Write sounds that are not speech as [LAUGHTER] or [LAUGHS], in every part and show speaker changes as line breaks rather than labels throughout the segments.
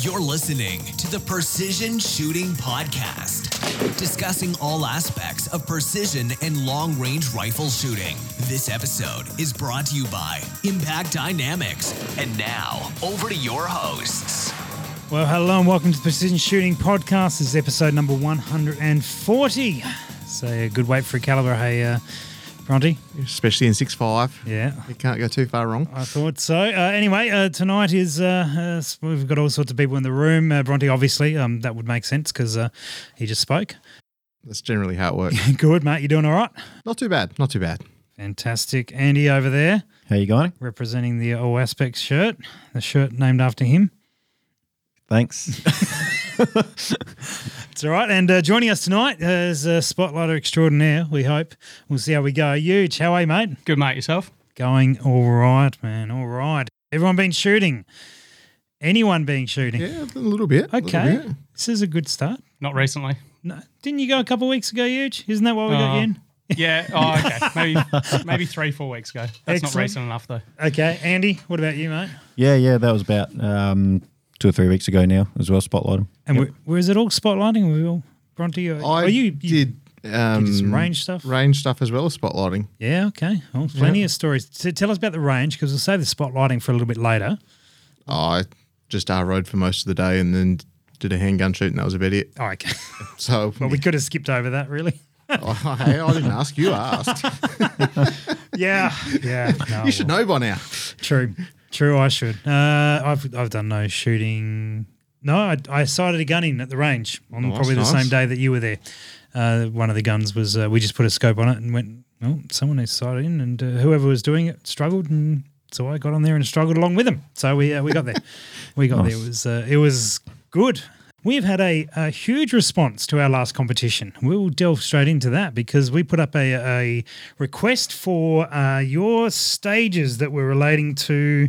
You're listening to the Precision Shooting Podcast, discussing all aspects of precision and long range rifle shooting. This episode is brought to you by Impact Dynamics. And now, over to your hosts.
Well, hello and welcome to the Precision Shooting Podcast. This is episode number 140. So, a good weight for a caliber, hey, uh, Bronte?
especially in six five.
Yeah.
You can't go too far wrong.
I thought so. Uh, anyway, uh, tonight is uh, uh, s- we've got all sorts of people in the room. Uh, Bronte, obviously, um, that would make sense because uh, he just spoke. [LAUGHS]
That's generally how it works.
Good, mate. You doing all right?
not too bad. Not too bad.
Fantastic. Andy over there
How you going?
representing the All Aspects shirt, the shirt named after him.
[LAUGHS] Thanks.
It's all right. And uh, joining us tonight is uh, Spotlighter Extraordinaire, we hope. We'll see how we go. Huge. How are you, mate?
Good mate yourself.
Going all right, man. All right. Everyone been shooting. Anyone been shooting?
Yeah, a little bit. a little
okay.
bit.
This is a good start.
Not [LAUGHS] recently.
No, didn't you go a couple of weeks ago, Huge? Isn't that why we got you
Oh.
in?
Yeah. Oh, okay. Maybe maybe three, four weeks ago. That's
Excellent.
not recent enough though.
Okay. Andy, what about you, mate?
yeah, yeah, that was about um, two or three weeks ago now as well. Spotlight 'em.
And we- where is it all spotlighting? We all, Bronte, are,
I
are Oh, you, you-
did, um,
did some range stuff?
range stuff as well as spotlighting.
Yeah, okay. Well, plenty of stories. So tell us about the range because we'll save the spotlighting for a little bit later.
I just R rode for most of the day and then did a handgun shoot and that was about it. [LAUGHS]
Oh, okay. [LAUGHS]
So
well, we could have skipped over that, really. [LAUGHS]
Hey, [LAUGHS] I didn't ask. You asked.
Yeah. yeah. No,
[LAUGHS] you should know by now.
True. True. I should. Uh, I've I've done no shooting. No, I, I sighted a gun in at the range on
Nice,
probably the
nice.
same day that you were there. Uh, one of the guns was uh, we just put a scope on it and went. Well, someone has sighted in, and uh, whoever was doing it struggled, and so I got on there and struggled along with them. So we uh, we got there. we got there. It was uh, it was good. We've had a, a huge response to our last competition. We'll delve straight into that because we put up a, a request for uh, your stages that were relating to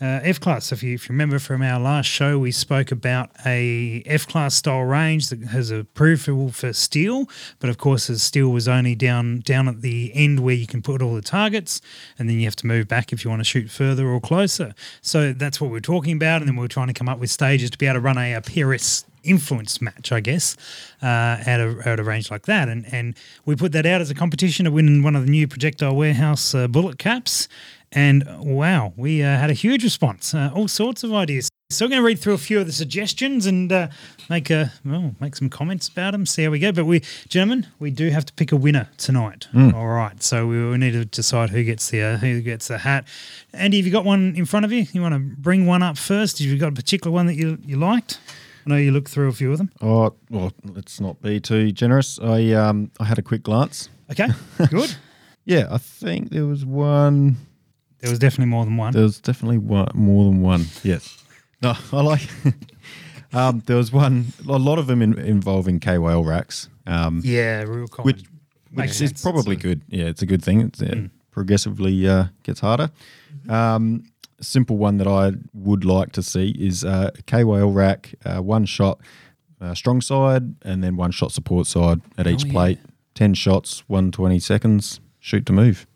uh, F class. If you, if you remember from our last show, we spoke about a F class style range that has approval for steel, but of course, as steel was only down down at the end where you can put all the targets, and then you have to move back if you want to shoot further or closer. So that's what we we're talking about, and then we we're trying to come up with stages to be able to run a, a PRS influence match, I guess, uh, at, a, at a range like that. And and we put that out as a competition to win one of the new Projectile Warehouse uh, bullet caps. And uh, wow, we uh, had a huge response, uh, all sorts of ideas. So we're going to read through a few of the suggestions and uh, make a well, make some comments about them. See how we go. But we, gentlemen, we do have to pick a winner tonight.
Hmm.
All right. So we, we need to decide who gets the uh, who gets the hat. Andy, have you got one in front of you? You want to bring one up first? Have you got a particular one that you you liked? I know you looked through a few of them.
Oh, well, let's not be too generous. I um, I had a quick glance. [LAUGHS]
Okay, good.
Yeah, I think there was one.
There was definitely more than one.
There was definitely one, more than one. Yes. No, [LAUGHS] I like. um, there was one. A lot of them in, involving KYL racks. Um,
Yeah, real common.
which
Makes
which
sense. Hmm.
is probably good. Yeah, it's a good thing. It's, it progressively uh, gets harder. Um, simple one that I would like to see is uh, KYL rack, uh, one shot uh, strong side, and then one shot support side at
Oh,
each plate. Ten shots, one twenty seconds. Shoot to move.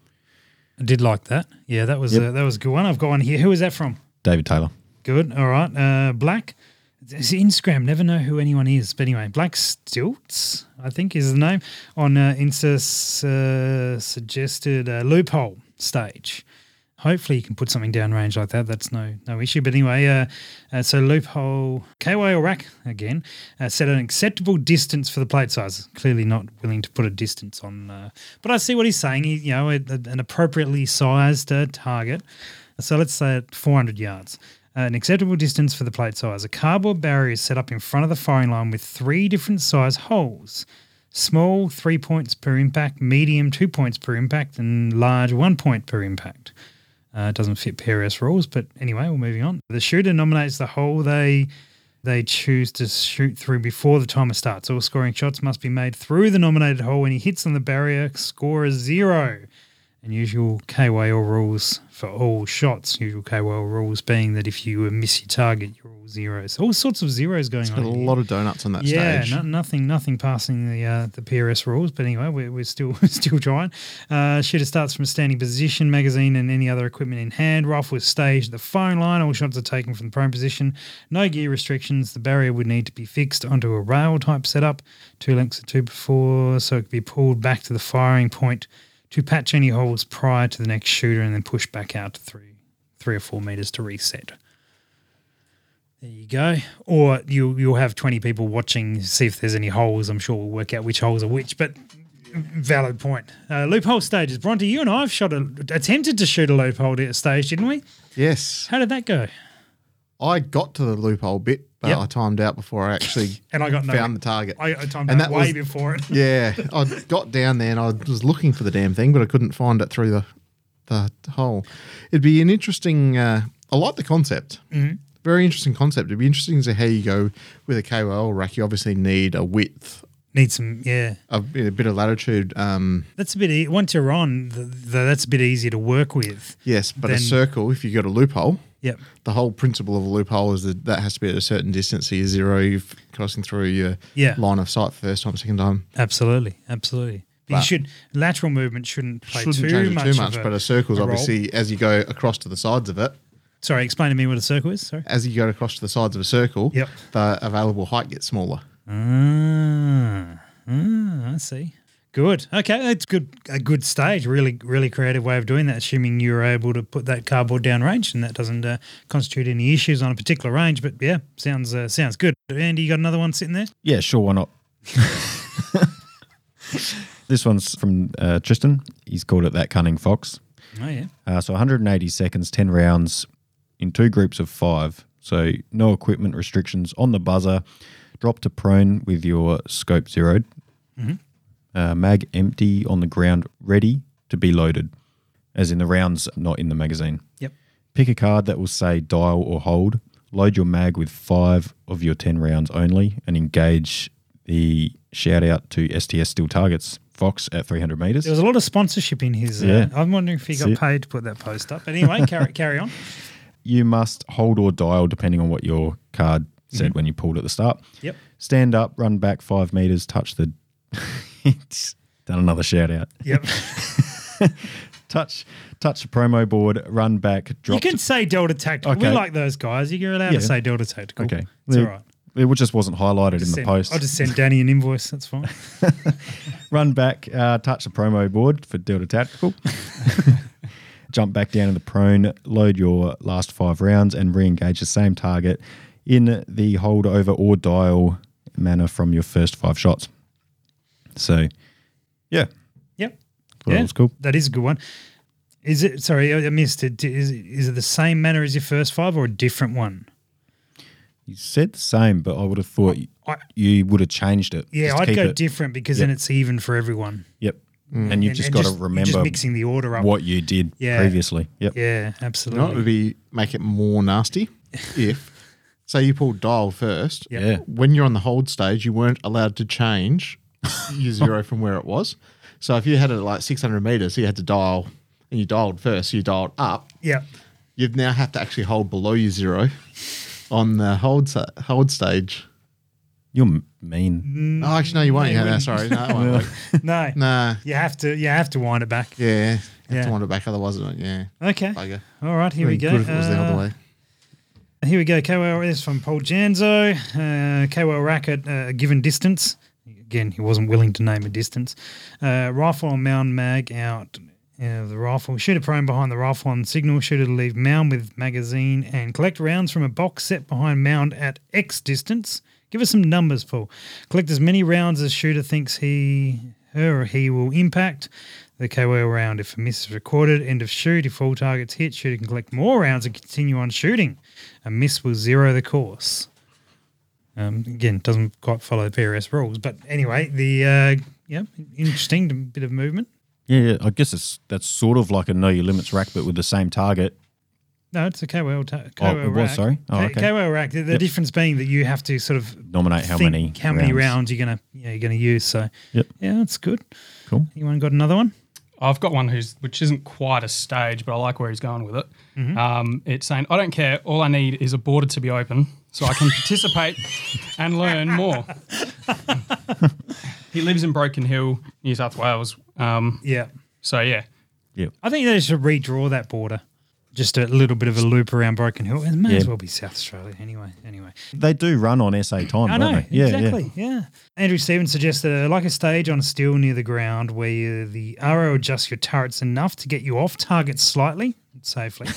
I did like that. Yeah, that was uh, that was a good one. I've got one here. Who is that from?
David Taylor.
Good. All right. Uh, Black. It's Instagram. Never know who anyone is. But anyway, Black Stilts, I think is the name, on uh, Insta uh, suggested uh, loophole stage. Hopefully, you can put something downrange like that. That's no no issue. But anyway, uh, uh, so loophole KY or rack again uh, set an acceptable distance for the plate size. Clearly, not willing to put a distance on. Uh, but I see what he's saying. He, you know, a, a- an appropriately sized uh, target. So let's say at 400 yards. Uh, An acceptable distance for the plate size. A cardboard barrier is set up in front of the firing line with three different size holes small, three points per impact, medium, two points per impact, and large, one point per impact. Uh, it doesn't fit PRS rules, but anyway, we're moving on. The shooter nominates the hole they they choose to shoot through before the timer starts. All scoring shots must be made through the nominated hole. When he hits on the barrier, score is zero. and usual KYL rules for all shots. Usual KYL rules being that if you miss your target, you're all zeros. All sorts of zeros going
Got
on.
a
in here.
lot of donuts on that
yeah,
stage.
no- nothing, nothing passing the uh, the PRS rules. But anyway, we're, we're still [LAUGHS] still trying. Uh, shooter starts from a standing position, magazine and any other equipment in hand. Rifle is staged at the phone line. All shots are taken from the prone position. No gear restrictions. The barrier would need to be fixed onto a rail type setup, two lengths of two before, so it could be pulled back to the firing point to patch any holes prior to the next shooter, and then push back out to three three or four meters to reset. There you go. Or you you'll have twenty people watching, see if there's any holes. I'm sure we'll work out which holes are which. But valid point. Uh, loophole stages. Bronte, you and I have shot a, attempted to shoot a loophole di- stage, didn't we?
Yes.
How did that go?
I got to the loophole bit, but
Yep.
I timed out before I actually
And I got [LAUGHS] no.
found the target.
I, I timed
And
out
that
way
was-
before it.
yeah, I got down there and I was looking for the damn thing, but I couldn't find it through the the hole. It'd be an interesting. Uh, I like the concept. Mm-hmm. Very interesting concept. It'd be interesting to see how you go with a KOL rack. You obviously need a width,
Need some. Yeah,
a, a bit of latitude. Um,
that's a bit. E- once you're on, th th that's a bit easier to work with.
yes, but a
Then-
circle. If you got a loophole,
Yep.
the whole principle of a loophole is that that has to be at a certain distance. So you're zero, you're crossing through your
Yeah.
line of sight first time, second time.
Absolutely. Absolutely. But
But-
you should lateral movement shouldn't play
Shouldn't
too,
change it
much
too
of
much, but a circle's
a role.
obviously as you go across to the sides of it.
Sorry, explain to me what a circle is. Sorry.
as you go across to the sides of a circle,
Yep.
the available height gets smaller.
Ah, ah, I see. Good. Okay, that's good. A good stage. Really, really creative way of doing that. Assuming you were able to put that cardboard down range, and that doesn't uh, constitute any issues on a particular range. But yeah, sounds uh, sounds good. Andy, you got another one sitting there?
Yeah, sure, why not? [LAUGHS] this one's from uh, Tristan. He's called it That Cunning Fox.
Oh yeah.
Uh, so 180 seconds, 10 rounds in two groups of five. So no equipment restrictions on the buzzer. Drop to prone with your scope zeroed.
Mm-hmm.
Uh, mag empty on the ground, ready to be loaded, as in the rounds not in the magazine.
Yep.
Pick a card that will say dial or hold. Load your mag with five of your 10 rounds only and engage the shout out to STS Steel Targets, Fox at 300 meters.
There was a lot of sponsorship in his. Uh,
Yeah.
I'm wondering if he got
That's it.
paid to put that post up. But anyway,
[LAUGHS]
carry carry on.
you must hold or dial depending on what your card said
Mm-hmm.
when you pulled at the start.
Yep.
Stand up, run back five meters, touch the. [LAUGHS] It's Done another shout out. [LAUGHS]
Yep.
Touch, touch the promo board, run back,
you
drop.
can say Delta Tactical. We
Okay.
like those guys. You're allowed
Yeah.
to say Delta Tactical.
okay,
It's all right.
It just wasn't highlighted in the
Send-
post.
I'll just send Danny an invoice. That's
[LAUGHS]
fine.
run back, uh, touch the promo board for Delta Tactical. [LAUGHS] Jump back down to the prone, load your last five rounds, and re engage the same target in the holdover or dial manner from your first five shots. So, yeah,
Yep.
thought that was cool.
That is a good one. Is it? Sorry, I I missed it. Is, is it the same manner as your first five or a different one?
You said the same, but I would have thought
I-
you would have changed it.
Yeah,
Just
I'd
keep
go
it-
different because then it's even for everyone.
Yep. And you've
And-
just
and
got to
you're just
remember
mixing the order up.
what you did
Yeah.
previously. Yep.
Yeah,
You know, what
absolutely.
would be make it
[LAUGHS]
more nasty if, say, you pulled dial first.
Yeah.
Yeah.
When you're on the hold stage, you weren't allowed to change
[LAUGHS]
your zero from where it was. So if you had it at like 600 meters, you had to dial, and you dialed first, so you dialed up. [LAUGHS]
yeah,
You'd now have to actually hold below your zero on the hold sa- hold stage.
You're m- mean.
Mm.
Oh, actually, no, you won't. Yeah, no, sorry, no,
[LAUGHS]
it won't work.
no,
nah.
you have to. You have to wind it back.
Yeah, have
Yeah.
to wind it back, otherwise it won't. Yeah,
Okay.
bugger.
All right, here we
It'd be
go.
Good if it was the other
Uh,
way.
Here we go. KOL is from Paul Janzo. Uh, KOL rack at uh, a given distance. Again, he wasn't willing to name a distance. Uh, rifle on mound mag out of the rifle. Shooter prone behind the rifle on signal. Shooter to leave mound with magazine and collect rounds from a box set behind mound at X distance. Give us some numbers, Paul. Collect as many rounds as shooter thinks he, her, or he will impact. The KO round, if a miss is recorded, end of shoot. If all targets hit, shooter can collect more rounds and continue on shooting. A miss will zero the course. Um, again, doesn't quite follow the PRS rules, but anyway, the uh, yeah, interesting bit of movement.
Yeah, yeah. I guess it's that's sort of like a know your limits rack, but with the same target.
No, it's a KOL. Ta-
Oh,
KOL
it was,
rack.
sorry. Oh,
K-
okay.
KOL rack. The, the
Yep.
difference being that you have to sort of
Nominate how
think
many
how many
rounds.
rounds you're gonna yeah, you're gonna use. So
Yep.
yeah, that's good.
Cool.
Anyone got another one?
I've got one who's which isn't quite a stage, but I like where he's going with it. Um, it's saying, "I don't care. All I need is a border to be open, so I can participate and learn [LAUGHS] more." he lives in Broken Hill, New South Wales. Um,
Yeah.
So yeah,
Yeah.
I think they should redraw that border. Just a little bit of a loop around Broken Hill. It may as
Yeah.
well be South Australia anyway. Anyway.
They do run on SA time,
I
don't
know.
they? Yeah, yeah.
exactly. Yeah. Andrew Stevens suggested uh, like a stage on steel near the ground where you, the arrow adjusts your turrets enough to get you off target slightly, safely,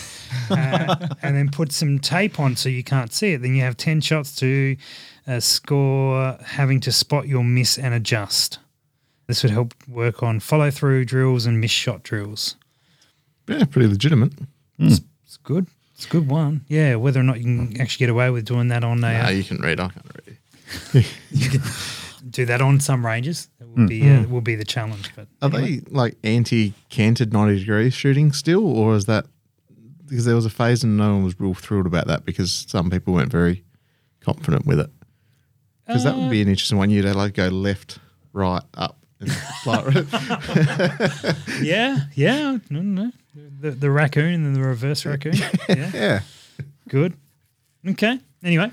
uh, and then put some tape on so you can't see it. Then you have 10 shots to uh, score, having to spot your miss and adjust. This would help work on follow through drills and miss shot drills.
Yeah, pretty legitimate.
It's good. It's a good one. Yeah, whether or not you can actually get away with doing that on a,
Ah,
uh,
you can read. I can't read.
do that on some ranges, it would be uh, will be the challenge. But
Are they like anti canted 90 degrees shooting still, or is that because there was a phase and no one was real thrilled about that because some people weren't very confident with it? Because that would be an interesting one. You'd have like go left, right, up, and [LAUGHS] fly right.
yeah, yeah, no, no, no. the the raccoon and then the reverse raccoon. Yeah,
Yeah.
good. Okay. Anyway,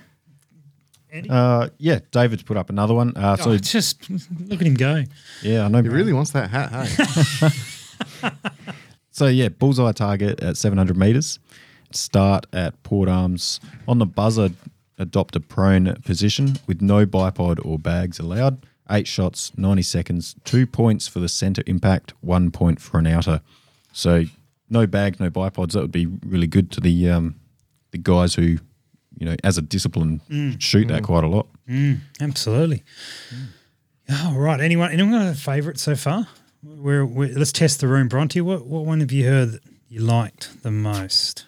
Uh, yeah, David's put up another one. Uh,
[LAUGHS]
oh,
so
just look at him go.
yeah, I know.
He really wants that hat, hey?
So yeah, bullseye target at 700 meters. Start at port arms on the buzzer. Adopt a prone position with no bipod or bags allowed. Eight shots, 90 seconds, two points for the center impact, one point for an outer. So no bags, no bipods. That would be really good to the um, the guys who, you know, as a discipline, shoot that quite a lot.
Absolutely. All right. Anyone? Anyone got a favourite so far? We're, we're, let's test the room, Bronte. What what one have you heard that you liked the most?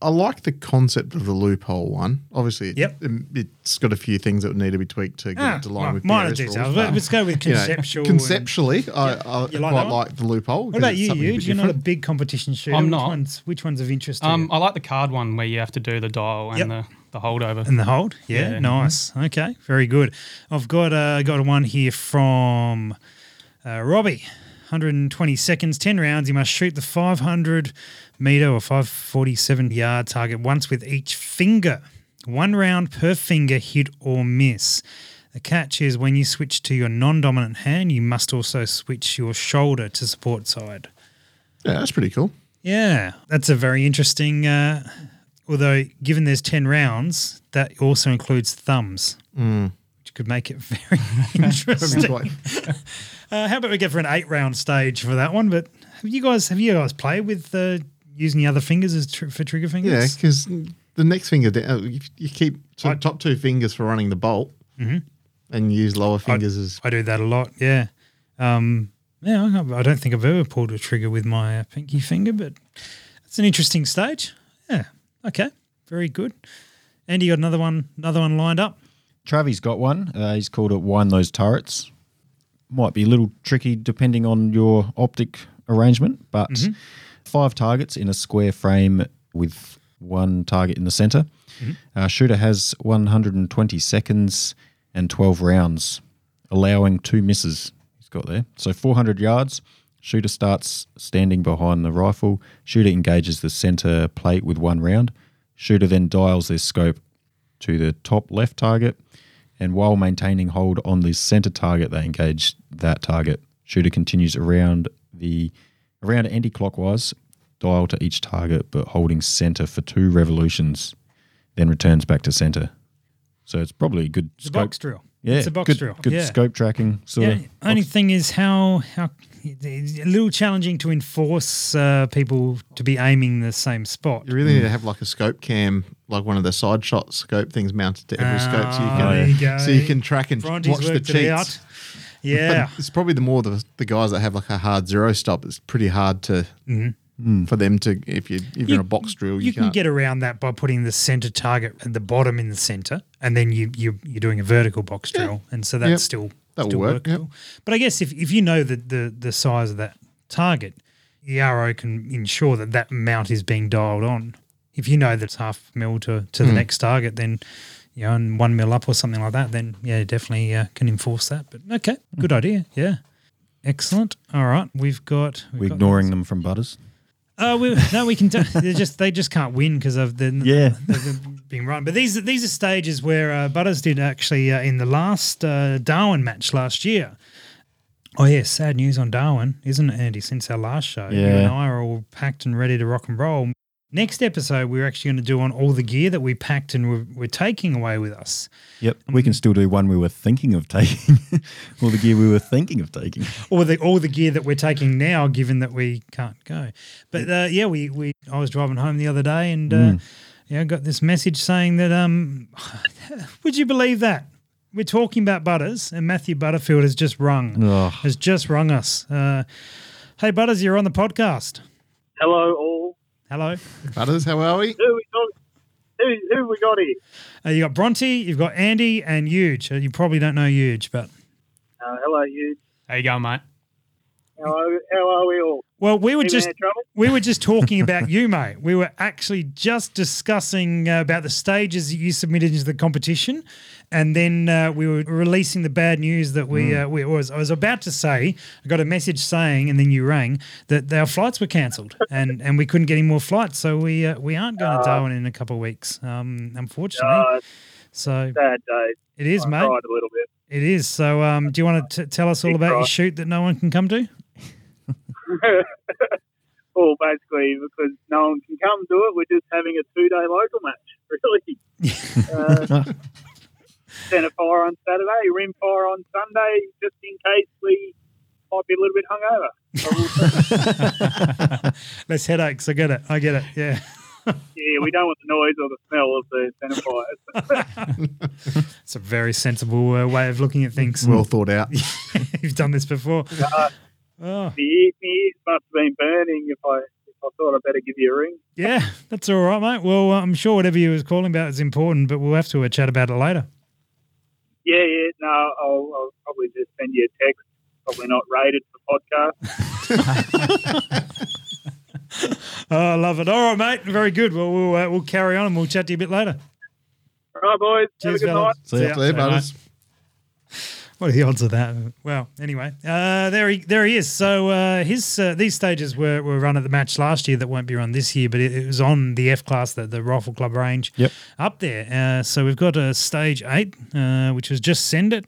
I like the concept of the loophole one. Obviously, it,
Yep.
it, has got a few things that would need to be tweaked to get it to line
mi-
with
minor
Pierre's rules,
details.
but,
Let- Let's go with
[LAUGHS] you know,
conceptual. and-
conceptually, I, I
You like that
quite
one?
like the loophole.
what about you, Huge? You're not a big competition shooter.
I'm
Which
not.
ones- Which one's of interest to you?
um, I like the card one where you have to do the dial and
Yep.
the, the holdover.
And the hold, yeah,
Yeah.
nice. Okay, very good. I've got uh, got one here from uh, Robbie. 120 seconds, 10 rounds. You must shoot the 500 meter or 547 yard target once with each finger. One round per finger, hit or miss. The catch is when you switch to your non dominant hand, you must also switch your shoulder to support side.
Yeah, that's pretty cool.
Yeah, that's a very interesting. Uh, although, given there's ten rounds, that also includes thumbs,
Mm.
which could make it [LAUGHS] very
It's
interesting. [LAUGHS]
like-
uh, how about we go for an eight-round stage for that one? But have you guys have you guys played with uh, using the other fingers as tr- for trigger
yeah,
fingers?
because the next finger, down, you, you keep to
I- Mm-hmm.
top two fingers for running the bolt, and you use lower fingers as
I do that a lot. Yeah, um, yeah. I don't- I don't think I've ever pulled a trigger with my uh, pinky finger, but it's an interesting stage. Yeah. Okay. Very good. Andy, you got another one. Another one lined up.
Travi's got one. Uh, he's called it Wind Those Turrets. Might be a little tricky depending on your optic arrangement, but five targets in a square frame with one target in the center. Uh, shooter has 120 seconds and 12 rounds, allowing two misses. He's got there. So 400 yards. Shooter starts standing behind the rifle. Shooter engages the center plate with one round. Shooter then dials their scope to the top left target, and while maintaining hold on the center target, they engage that target. Shooter continues around the around anti-clockwise, dial to each target, but holding center for two revolutions, then returns back to center. So it's probably a good
It's a
scope.
box drill.
Yeah,
it's a box
good,
drill.
Good
yeah.
scope tracking. Sort
Yeah.
of.
Only [LAUGHS] thing is how how it's a little challenging to enforce uh, people to be aiming the same spot.
You really need to have like a scope cam, like one of the side shot scope things mounted to every scope, so you
Ah,
can
there you go.
so you can track and
Bronte's
watch the
worked it
cheats.
out.
[LAUGHS]
Yeah.
But it's probably the more the, the guys that have like a hard zero stop. It's pretty hard to for them to if you if you're in a box drill, you,
Mm-hmm. you can
can't.
get around that by putting the center target at the bottom in the center, and then you, you you're doing a vertical box drill, and so that's
Yep.
still
That'll
still
work, yep.
workable. But I guess if, if you know the, the the size of that target, the arrow can ensure that that amount is being dialed on. If you know that it's half mil to to the
Hmm.
next target, then you know, and
Hmm.
one mil up or something like that, then yeah, definitely uh, can enforce that. But okay, good idea. Yeah. Excellent. All right, we've got. We've
We're
got-
ignoring them from Butters.
Uh, we, no, we can. Do, [LAUGHS] they just they just can't win because of the
Yeah.
they've been run. But these these are stages where uh, Butters did actually uh, in the last uh, Darwin match last year. Oh yeah, sad news on Darwin, isn't it, Andy? Since our last show, you
Yeah.
and I are all packed and ready to rock and roll. Next episode, we're actually going to do on all the gear that we packed and we're, we're taking away with us.
Yep. We can still do one we were thinking of taking, [LAUGHS] or the gear we were thinking of taking.
or the all the gear that we're taking now, given that we can't go. But uh, yeah, we, we I was driving home the other day and uh, yeah, I got this message saying that um, [LAUGHS] would you believe that we're talking about Butters and Matthew Butterfield has just rung
Ugh.
has just rung us. Uh, hey Butters, you're on the podcast.
Hello, all.
Hello,
Butters, how are we?
Who we got? Who, who we got here?
uh, you got Bronte, you've got Andy and Huge. Uh, You probably don't know Huge, but
Uh, hello, you.
There you go, mate.
How are, how are we all?
well, we were
Any
just
man in trouble?
We were just talking
[LAUGHS]
about you, mate. We were actually just discussing uh, about the stages that you submitted into the competition, and then uh, we were releasing the bad news that we
Hmm.
uh, we was I was about to say I got a message saying, and then you rang that our flights were
[LAUGHS]
cancelled and and we couldn't get any more flights, so we uh, we aren't
Ah.
going to Darwin in a couple of weeks, um, unfortunately.
Uh,
so
sad day.
it is,
I
mate.
cried a little bit.
It is. So um, do you want to tell us all
Big
about your
cry.
shoot that no one can come to?
Well, basically, because no one can come do it, we're just having a two-day local match. [LAUGHS] Really. uh, Centre fire on Saturday, rim fire on Sunday, just in case we might be a little bit hungover. I will say,
Less headaches. I get it. I get it. Yeah.
yeah, we don't want the noise or the smell of the centre fires.
It's a very sensible uh, way of looking at things. [LAUGHS]
Well thought out.
You've done this before. Oh,
My ear- my ears must have been burning if I if I thought I would better give you a ring.
yeah, that's all right, mate. Well, uh, I'm sure whatever you was calling about is important, but we'll have to uh, chat about it later.
Yeah, yeah, no, I'll, I'll probably just send you a text. Probably not rated for podcast.
Oh, I love it. All right, mate. Very good. Well, we'll uh, we'll carry on and we'll chat to you a bit later.
All right, boys.
Cheers,
have a good night.
fellas.
See ya.
ya.
There,
ya, mate.
Butters.
What are the odds of that? Well, anyway, uh, there he there he is. So uh, his uh, these stages were, were run at the match last year that won't be run this year, but it, it was on the F class, the, the rifle club range,
Yep.
up there. Uh, so we've got a stage eight, uh, which was just send it.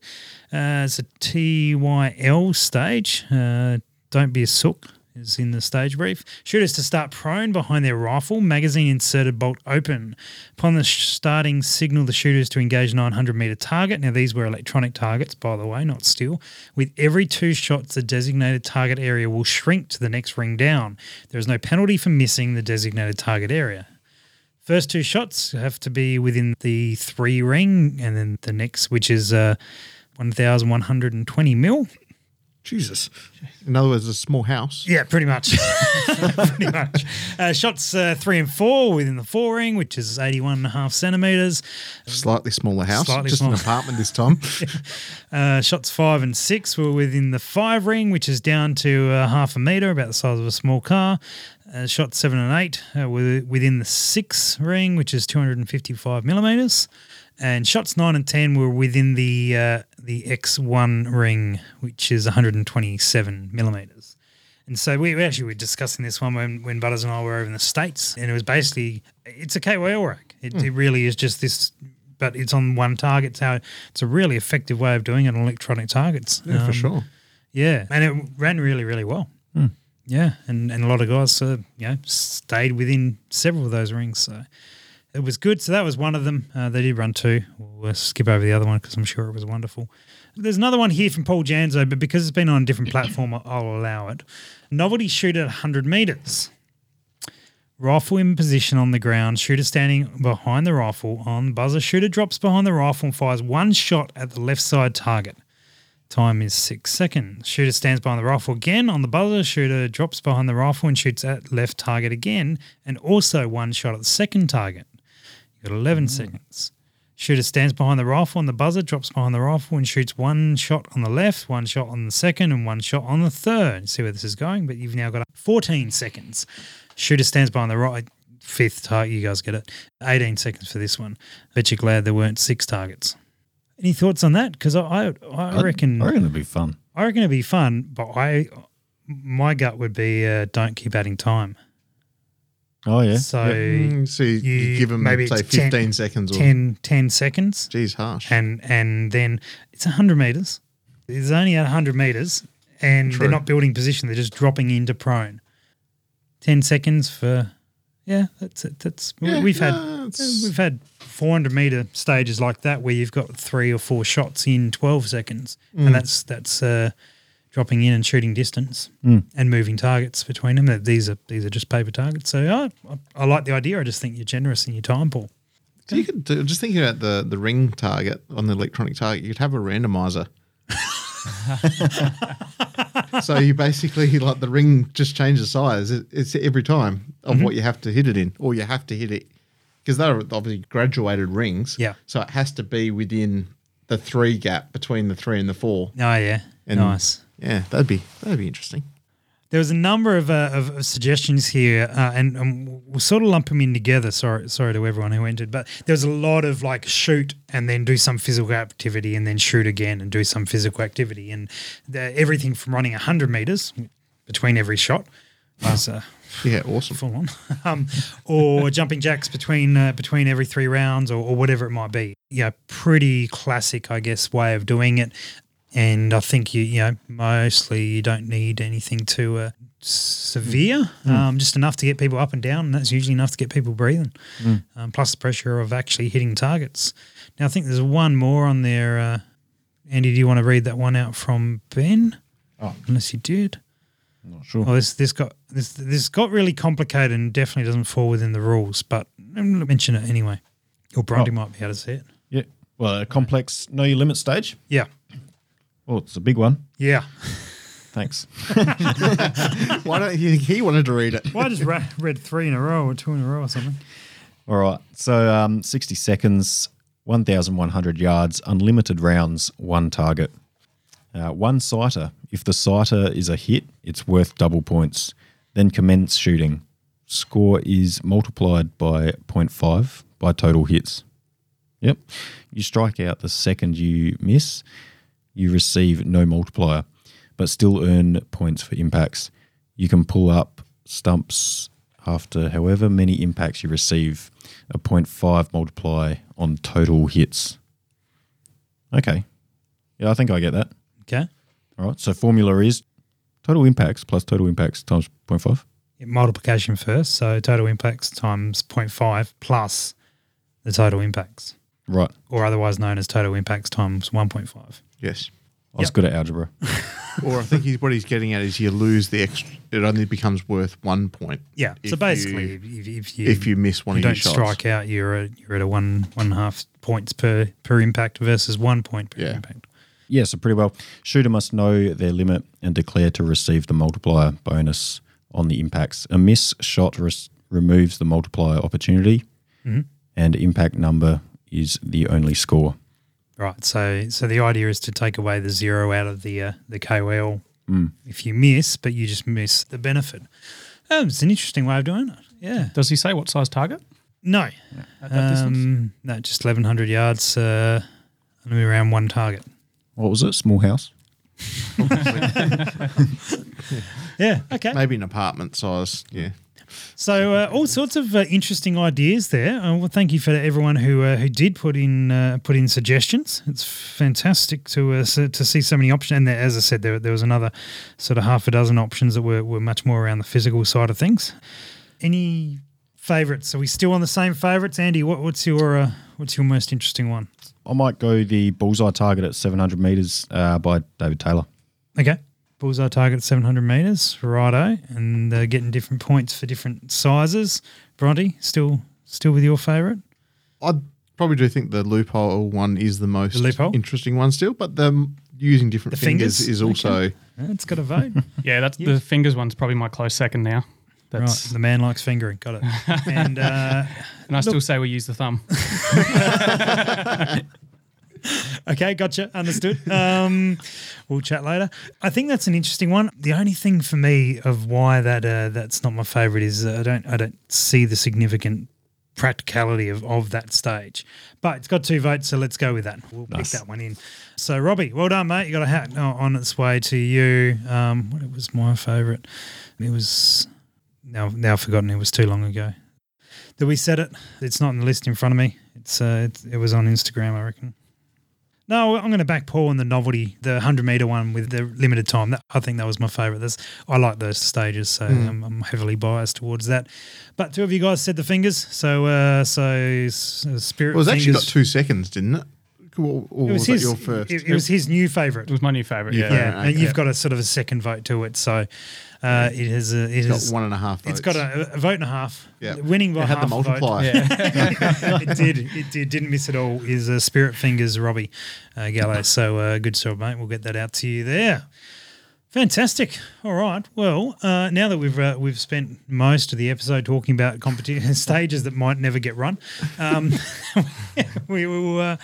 Uh, it's a TYL stage. Uh, don't be a sook is in the stage brief. Shooters to start prone behind their rifle, magazine inserted bolt open. Upon the sh- starting signal, the shooters to engage 900 meter target. Now, these were electronic targets, by the way, not steel. With every two shots, the designated target area will shrink to the next ring down. There is no penalty for missing the designated target area. First two shots have to be within the three ring, and then the next, which is uh, 1,120 mil.
Jesus. In other words, a small house.
Yeah, pretty much. [LAUGHS] pretty much. Uh, shots uh, three and four within the four ring, which is 81 and a half centimeters.
Slightly smaller house.
Slightly
just
smaller.
an apartment
[LAUGHS]
this time.
Uh, shots five and six were within the five ring, which is down to uh, half a meter, about the size of a small car. Uh, shots seven and eight uh, were within the six ring, which is 255 millimeters. And shots nine and 10 were within the, uh, the X1 ring, which is 127 millimeters. And so we we actually were discussing this one when, when Butters and I were over in the States, and it was basically it's a KYL rack. It,
Hmm.
it really is just this, but it's on one target. So it's a really effective way of doing it on electronic targets.
yeah,
Um,
for sure. Hmm.
Yeah, and it ran really, really well. Yeah, and, and a lot of guys, uh, you know, stayed within several of those rings. So it was good. So that was one of them. Uh, they did run two. We'll uh, skip over the other one because I'm sure it was wonderful. There's another one here from Paul Janzo, but because it's been on a different platform, I- I'll allow it. Novelty shoot at 100 meters. Rifle in position on the ground, shooter standing behind the rifle on buzzer. Shooter drops behind the rifle and fires one shot at the left side target. Time is six seconds. Shooter stands behind the rifle again on the buzzer. Shooter drops behind the rifle and shoots at left target again, and also one shot at the second target. You've got
Mm.
11 seconds. Shooter stands behind the rifle on the buzzer, drops behind the rifle, and shoots one shot on the left, one shot on the second, and one shot on the third. See where this is going, but you've now got 14 seconds. Shooter stands behind the right, fifth target. You guys get it. 18 seconds for this one. Bet you're glad there weren't six targets. Any thoughts on that? Because I, I, I reckon,
I reckon it'd be fun.
I reckon it'd be fun, but I, my gut would be uh, don't keep adding time.
Oh yeah,
So
Mm, so you,
you-
give them
maybe
say
it's 10
fifteen seconds or
10, 10 seconds,
geez, harsh.
and and then it's hundred meters. It's only at hundred meters, and
True.
they're not building position; they're just dropping into prone. Ten seconds for, yeah, that's it. That's we-
Yeah,
we've had
no, it's-
we've had four hundred meter stages like that where you've got three or four shots in twelve seconds,
Mm.
and that's that's uh, dropping in and shooting distance
Mm.
and moving targets between them. That These are these are just paper targets. So I, I, I like the idea. I just think you're generous in your time, Paul.
So you could do, just thinking about the the ring target on the electronic target. You could have a randomizer. [LAUGHS] so you basically like the ring just changes size. It, it's every time of what you have to hit it in, or you have to hit it because they're obviously graduated rings.
Yeah.
So it has to be within the three gap between the three and the four.
Oh yeah,
And-
nice.
Yeah, that'd be that'd be interesting.
There was a number of, uh, of of suggestions here, uh, and um, we'll sort of lump them in together. Sorry, sorry to everyone who entered, but there was a lot of like shoot and then do some physical activity and then shoot again and do some physical activity, and the, everything from running hundred meters between every shot. Was, uh,
Yeah, awesome.
full on, [LAUGHS] um, or jumping jacks between uh, between every three rounds, or, or whatever it might be. You know, pretty classic, I guess, way of doing it. And I think you you know mostly you don't need anything too uh, severe, um, just enough to get people up and down, and that's usually enough to get people breathing. Um, plus the pressure of actually hitting targets. Now I think there's one more on there. Uh, Andy, do you want to read that one out from Ben? Oh. Unless you did.
not sure.
Well, Oh, this this got this this got really complicated and definitely doesn't fall within the rules, but I'm gonna mention it anyway. Or Brandy might be able to see it.
Yeah, well, a complex know your limit stage.
Yeah,
Oh, it's a big one.
yeah.
Thanks.
[LAUGHS] Why don't you think he wanted to read it?
Well, [LAUGHS] I just ra- read three in a row or two in a row or something.
All right. So um, 60 seconds, 1,100 yards, unlimited rounds, one target. Uh, one sighter. If the sighter is a hit, it's worth double points. Then commence shooting. Score is multiplied by 0.5 by total hits. Yep. You strike out the second you miss, you receive no multiplier, but still earn points for impacts. You can pull up stumps after however many impacts you receive, a 0.5 multiply on total hits. Okay. Yeah, I think I get that.
Okay,
All right. So formula is total impacts plus total impacts times 0.5.
Yeah, multiplication first. So total impacts times 0.5 plus the total impacts,
Right.
or otherwise known as total impacts times 1.5.
Yes.
I was good at algebra.
Or I think he's, what he's getting at is you lose the extra. It only becomes worth one point.
Yeah.
If
so basically,
you-
if, if you
if you miss one
you
of your
don't
shots,
strike out, you're at, you're at a one one and a half points per per impact versus one point per
Yeah.
impact.
Yeah, so pretty well. Shooter must know their limit and declare to receive the multiplier bonus on the impacts. A miss shot res- removes the multiplier opportunity, and impact number is the only score.
Right. So so the idea is to take away the zero out of the uh, the KOL if you miss, but you just miss the benefit. Oh, it's an interesting way of doing it. Yeah.
Does he say what size target?
No.
At that distance?
Um, no, just eleven hundred yards. Uh, only around one target.
What was it? Small house?
Yeah. Okay.
maybe an apartment size. Yeah.
So uh, all sorts of uh, interesting ideas there. Uh, well, thank you for everyone who uh, who did put in uh, put in suggestions. It's fantastic to uh, s- to see so many options. And there, as I said, there, there was another sort of half a dozen options that were, were much more around the physical side of things. Any favourites? Are we still on the same favourites, Andy? What, what's your uh, what's your most interesting one?
I might go the bullseye target at 700 meters uh, by David Taylor.
Okay. Bullseye target 700 meters, righto, and uh, getting different points for different sizes. Bronte, still still with your favourite?
I probably do think the loophole one is the most
The loophole?
interesting one still, but the using different
The
fingers,
fingers?
is also
Uh, It's got a [LAUGHS] vote.
[LAUGHS] Yeah, that's the fingers one's probably my close second now. That's
Right, the man likes fingering. Got it. And uh,
and I still say we use the thumb.
okay, gotcha, understood. Um, we'll chat later. I think that's an interesting one. The only thing for me of why that uh, that's not my favourite is uh, I don't I don't see the significant practicality of, of that stage. But it's got two votes, so let's go with that. We'll pick that one in. So, Robbie, well done, mate. You got a hat oh, on its way to you. Um, what was my favourite? It was now now forgotten. It was too long ago that we said it. It's not in the list in front of me. It's uh, it, it was on Instagram, I reckon. No, I'm going to back Paul on the novelty, the 100 meter one with the limited time. That, I think that was my favourite. That's I like those stages, so
Mm.
I'm, I'm heavily biased towards that. But two of you guys said the fingers, so uh, so s- uh, spirit.
Well, it's actually got
fingers.
two seconds, didn't it? Or, or
It
was,
was his.
that your first?
It, it was his new favourite.
It was my new favorite.
New
yeah.
favourite.
Yeah,
Right,
and you've
yeah.
got a sort of a second vote to it, so uh, it has a, it
got
has
one and a half
It's
votes.
got a, a vote and a half.
Yeah.
winning by
It had
half
the
a vote.
multiplier.
[LAUGHS] it did. It did. Didn't miss it all. Is uh, Spirit Fingers Robbie uh, Gallo. So uh, good job, mate. We'll get that out to you there. Fantastic. All right. Well, uh, now that we've uh, we've spent most of the episode talking about competition [LAUGHS] stages that might never get run, um, [LAUGHS] we will. Uh,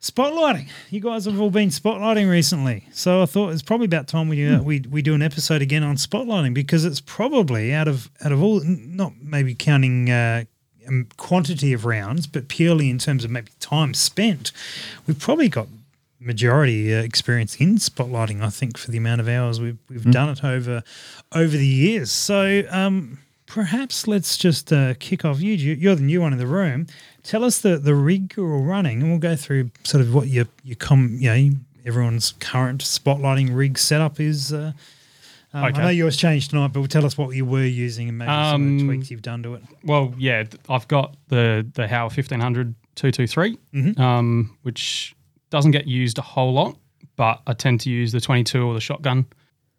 Spotlighting. You guys have all been spotlighting recently, so I thought it's probably about time we uh, we we do an episode again on spotlighting because it's probably out of out of all n- not maybe counting uh, um, quantity of rounds, but purely in terms of maybe time spent, we've probably got majority uh, experience in spotlighting. I think for the amount of hours we've we've done it over over the years. So um, perhaps let's just uh, kick off. You you- you're the new one in the room. Tell us the the rig you're running, and we'll go through sort of what your your com you know everyone's current spotlighting rig setup is. Uh, um,
Okay.
I know yours changed tonight, but tell us what you were using and maybe some of the
Um,
tweaks you've done to it.
Well, yeah, th- I've got the the Howe 1500 223,
Mm-hmm.
um, which doesn't get used a whole lot, but I tend to use the 22 or the shotgun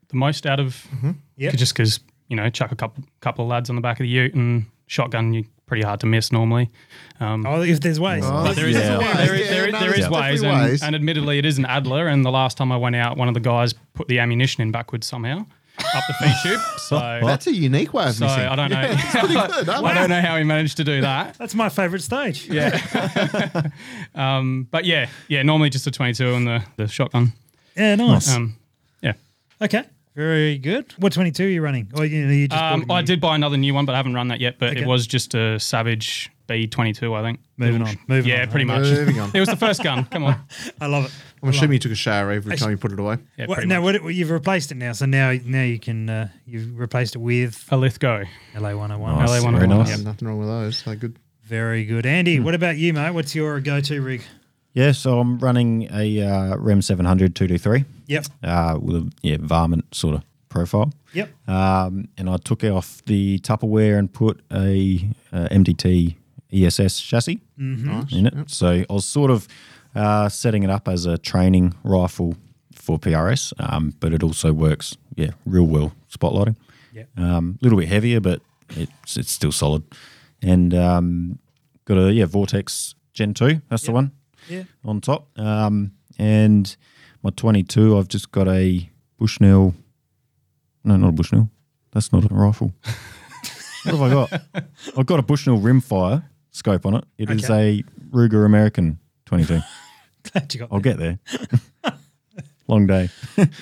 the most out of
Mm-hmm.
Yep.
just because you know chuck a couple couple of lads on the back of the Ute and shotgun you pretty hard to miss normally. Um,
Oh, if there's ways.
But there is,
Yeah.
there is,
Yeah,
there is,
no,
there
there's
is ways,
definitely
and,
ways.
and admittedly, it is an Adler. And the last time I went out, one of the guys put the ammunition in backwards somehow up the feed tube.
[LAUGHS]
So,
[LAUGHS] That's a unique way of
so
missing.
I don't know.
good, huh?
[LAUGHS] I don't know how he managed to do that.
That's my favourite stage.
But yeah, yeah, normally just the 22 and the, the shotgun.
Yeah, nice.
Um, yeah.
okay, very good. What 22 are you running? Or you, you just
Um,
bought a
I
new-
did buy another new one, but I haven't run that yet. But
Okay.
it was just a Savage B22, I think.
Moving on, moving
yeah,
on.
pretty much.
Moving on.
[LAUGHS] It was the first gun. Come
[LAUGHS]
on.
I love it.
I'm assuming you took a shower every time you put it away.
Yeah,
Well,
pretty
no,
much.
what it, well, you've replaced it now, so now now you can uh, you've replaced it with
A Lithgo.
LA 101.
Nice.
LA
LA101.
Very nice.
Yeah, nothing wrong with those. They're good.
Very good, Andy. What about you, mate? What's your go-to rig?
Yeah, so I'm running a uh, Rem 700 223
Yep,
uh, with a yeah, varmint sort of profile.
yep.
Um, and I took off the Tupperware and put a, uh MDT ESS E chassis
Nice.
in it. So I was sort of uh, setting it up as a training rifle for PRS, um, but it also works, yeah, real well spotlighting.
Yeah.
A um, little bit heavier, but it's it's still solid. And um, got a yeah Vortex Gen two. That's the one
Yeah.
on top. Um, and my 22, I've just got a Bushnell. No, not a Bushnell. That's not a
[LAUGHS]
rifle. what have I got? I've got a Bushnell rimfire scope on it. It is a Ruger American 22.
[LAUGHS] Glad you got.
I'll
that.
get
[LAUGHS]
there. Long day.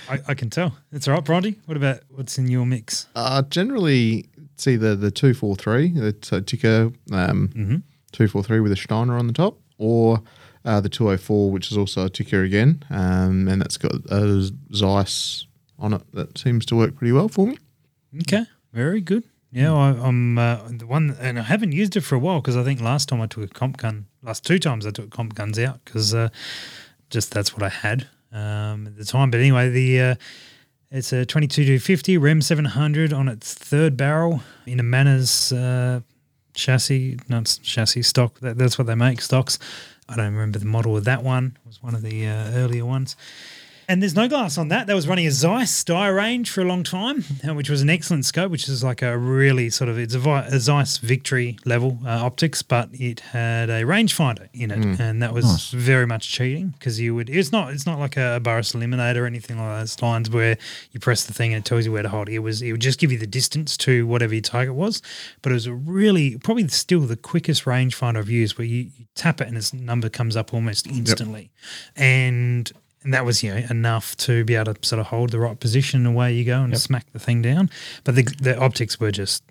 I, I can tell. It's all right, Bronte. What about what's in your mix?
Uh, generally, it's either the 243, the t- Ticker um, 243 with a Steiner on the top, or uh, the 204, which is also a Ticker again. Um, and that's got a Zeiss on it that seems to work pretty well for me.
Okay, very good. Yeah, I, I'm uh, the one, and I haven't used it for a while because I think last time I took a comp gun, last two times I took comp guns out because uh, just that's what I had um, at the time. But anyway, the uh, it's a 22 to 50 Rem 700 on its third barrel in a Manners uh, chassis, not s- chassis stock. That, that's what they make stocks. I don't remember the model of that one. It was one of the uh, earlier ones. And there's no glass on that. That was running a Zeiss die range for a long time, uh, which was an excellent scope, which is like a really sort of it's a, Vi- a Zeiss Victory level uh, optics, but it had a rangefinder in it, and that was very much cheating because you would. It's not. It's not like a Burris Eliminator or anything like those lines where you press the thing and it tells you where to hold. It was. It would just give you the distance to whatever your target was, but it was a really probably still the quickest rangefinder I've used, where you, you tap it and its number comes up almost instantly, and and that was you know enough to be able to sort of hold the right position and away you go and smack the thing down. But the, the optics were just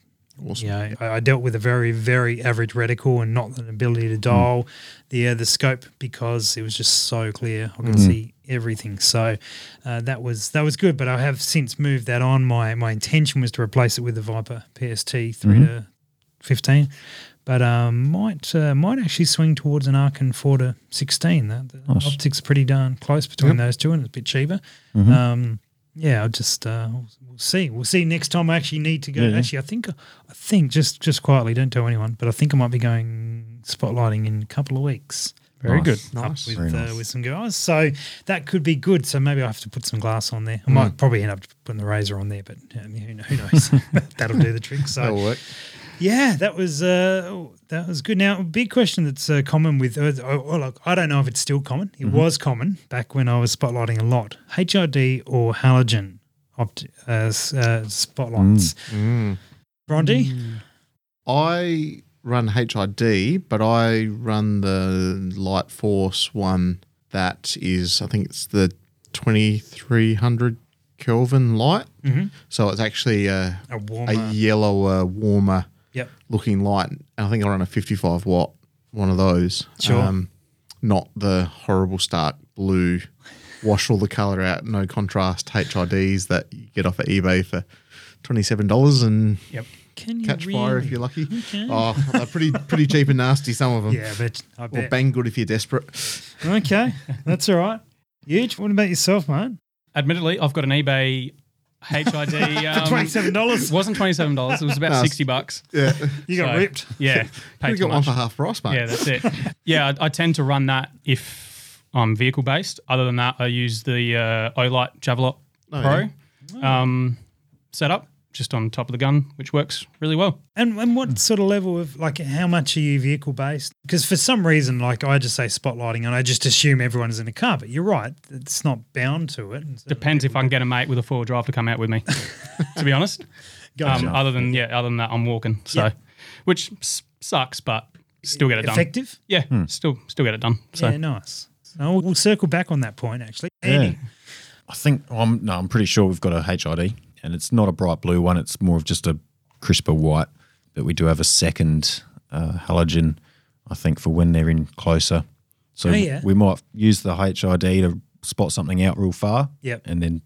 Awesome.
Yeah, I, I dealt with a very, very average reticle and not an ability to dial the uh, the scope because it was just so clear. I could see everything. So uh, that was that was good. But I have since moved that on. My my intention was to replace it with the Viper PST 3 to fifteen, but um, might uh, might actually swing towards an Arcan four to sixteen. That the
Nice.
optics pretty darn close between those two, and it's a bit cheaper.
Mm-hmm.
Um, yeah, I'll just uh, we'll- we'll see. We'll see next time. I actually need to go.
Yeah, yeah.
Actually, I think I think just just quietly, don't tell anyone. But I think I might be going spotlighting in a couple of weeks
Very
Nice.
good.
Nice.
up
Very
with,
nice.
uh, with some guys. So that could be good. So maybe I have to put some glass on there. I might
Mm.
probably end up putting the razor on there, but um, who kn- who knows? [LAUGHS] That'll do the trick.
[LAUGHS] Oh,
So
That'll work.
yeah, that was uh, oh, that was good. Now, a big question that's uh, common with uh, oh, well, look, I don't know if it's still common.
Mm-hmm.
It was common back when I was spotlighting a lot. HID or halogen opt- uh, s- uh, spotlights.
Mm.
Bronte,
I run HID, but I run the Light Force one that is, I think it's the 2300 Kelvin light. So it's actually a,
a warmer.
Mm-hmm. a yellower, warmer
Yep.
looking light. And I think I run a 55 watt, one of those. Um,
Sure.
not the horrible stark blue, wash all the color out, no contrast HIDs that you get off at eBay for $27 and
Yep. Can you
catch fire if
really?
you're lucky.
Okay.
Oh, they're pretty pretty cheap and nasty. Some of them.
Yeah, but I bet.
Or bang good if
[LAUGHS]
you're desperate.
Okay, that's all right. Huge. What about yourself, man?
Admittedly, I've got an eBay
[LAUGHS]
HID. Um,
Twenty-seven dollars.
It wasn't twenty seven dollars. It was about
No,
sixty bucks.
Yeah,
You got
So,
ripped.
[LAUGHS]
Yeah, paid
you
too
got one
much.
for half price, mate.
Yeah, that's it. yeah, I, I tend to run that if I'm vehicle based. Other than that, I use the uh, Olight Javelot
Oh,
Pro um, setup just on top of the gun, which works really well.
And and
Hmm.
what sort of level of like how much are you vehicle based? Because for some reason, like I just say spotlighting, and I just assume everyone's in a car. But you're right; it's not bound to it. uh, And so-
Depends if I can get a mate with a four wheel drive to come out with me. to be honest, um, other than yeah, other than that, I'm walking. So,
Yeah.
which s- sucks, but still get it done.
Effective.
Yeah, still still get it done. So
Yeah, nice. So we'll, we'll circle back on that point actually. Andy,
I think I'm no, I'm pretty sure we've got a HID, and it's not a bright blue one. It's more of just a crisper white. But we do have a second uh, halogen, I think, for when they're in closer. So
Oh, yeah.
we might use the HID to spot something out real far,
Yep. Mm.
and then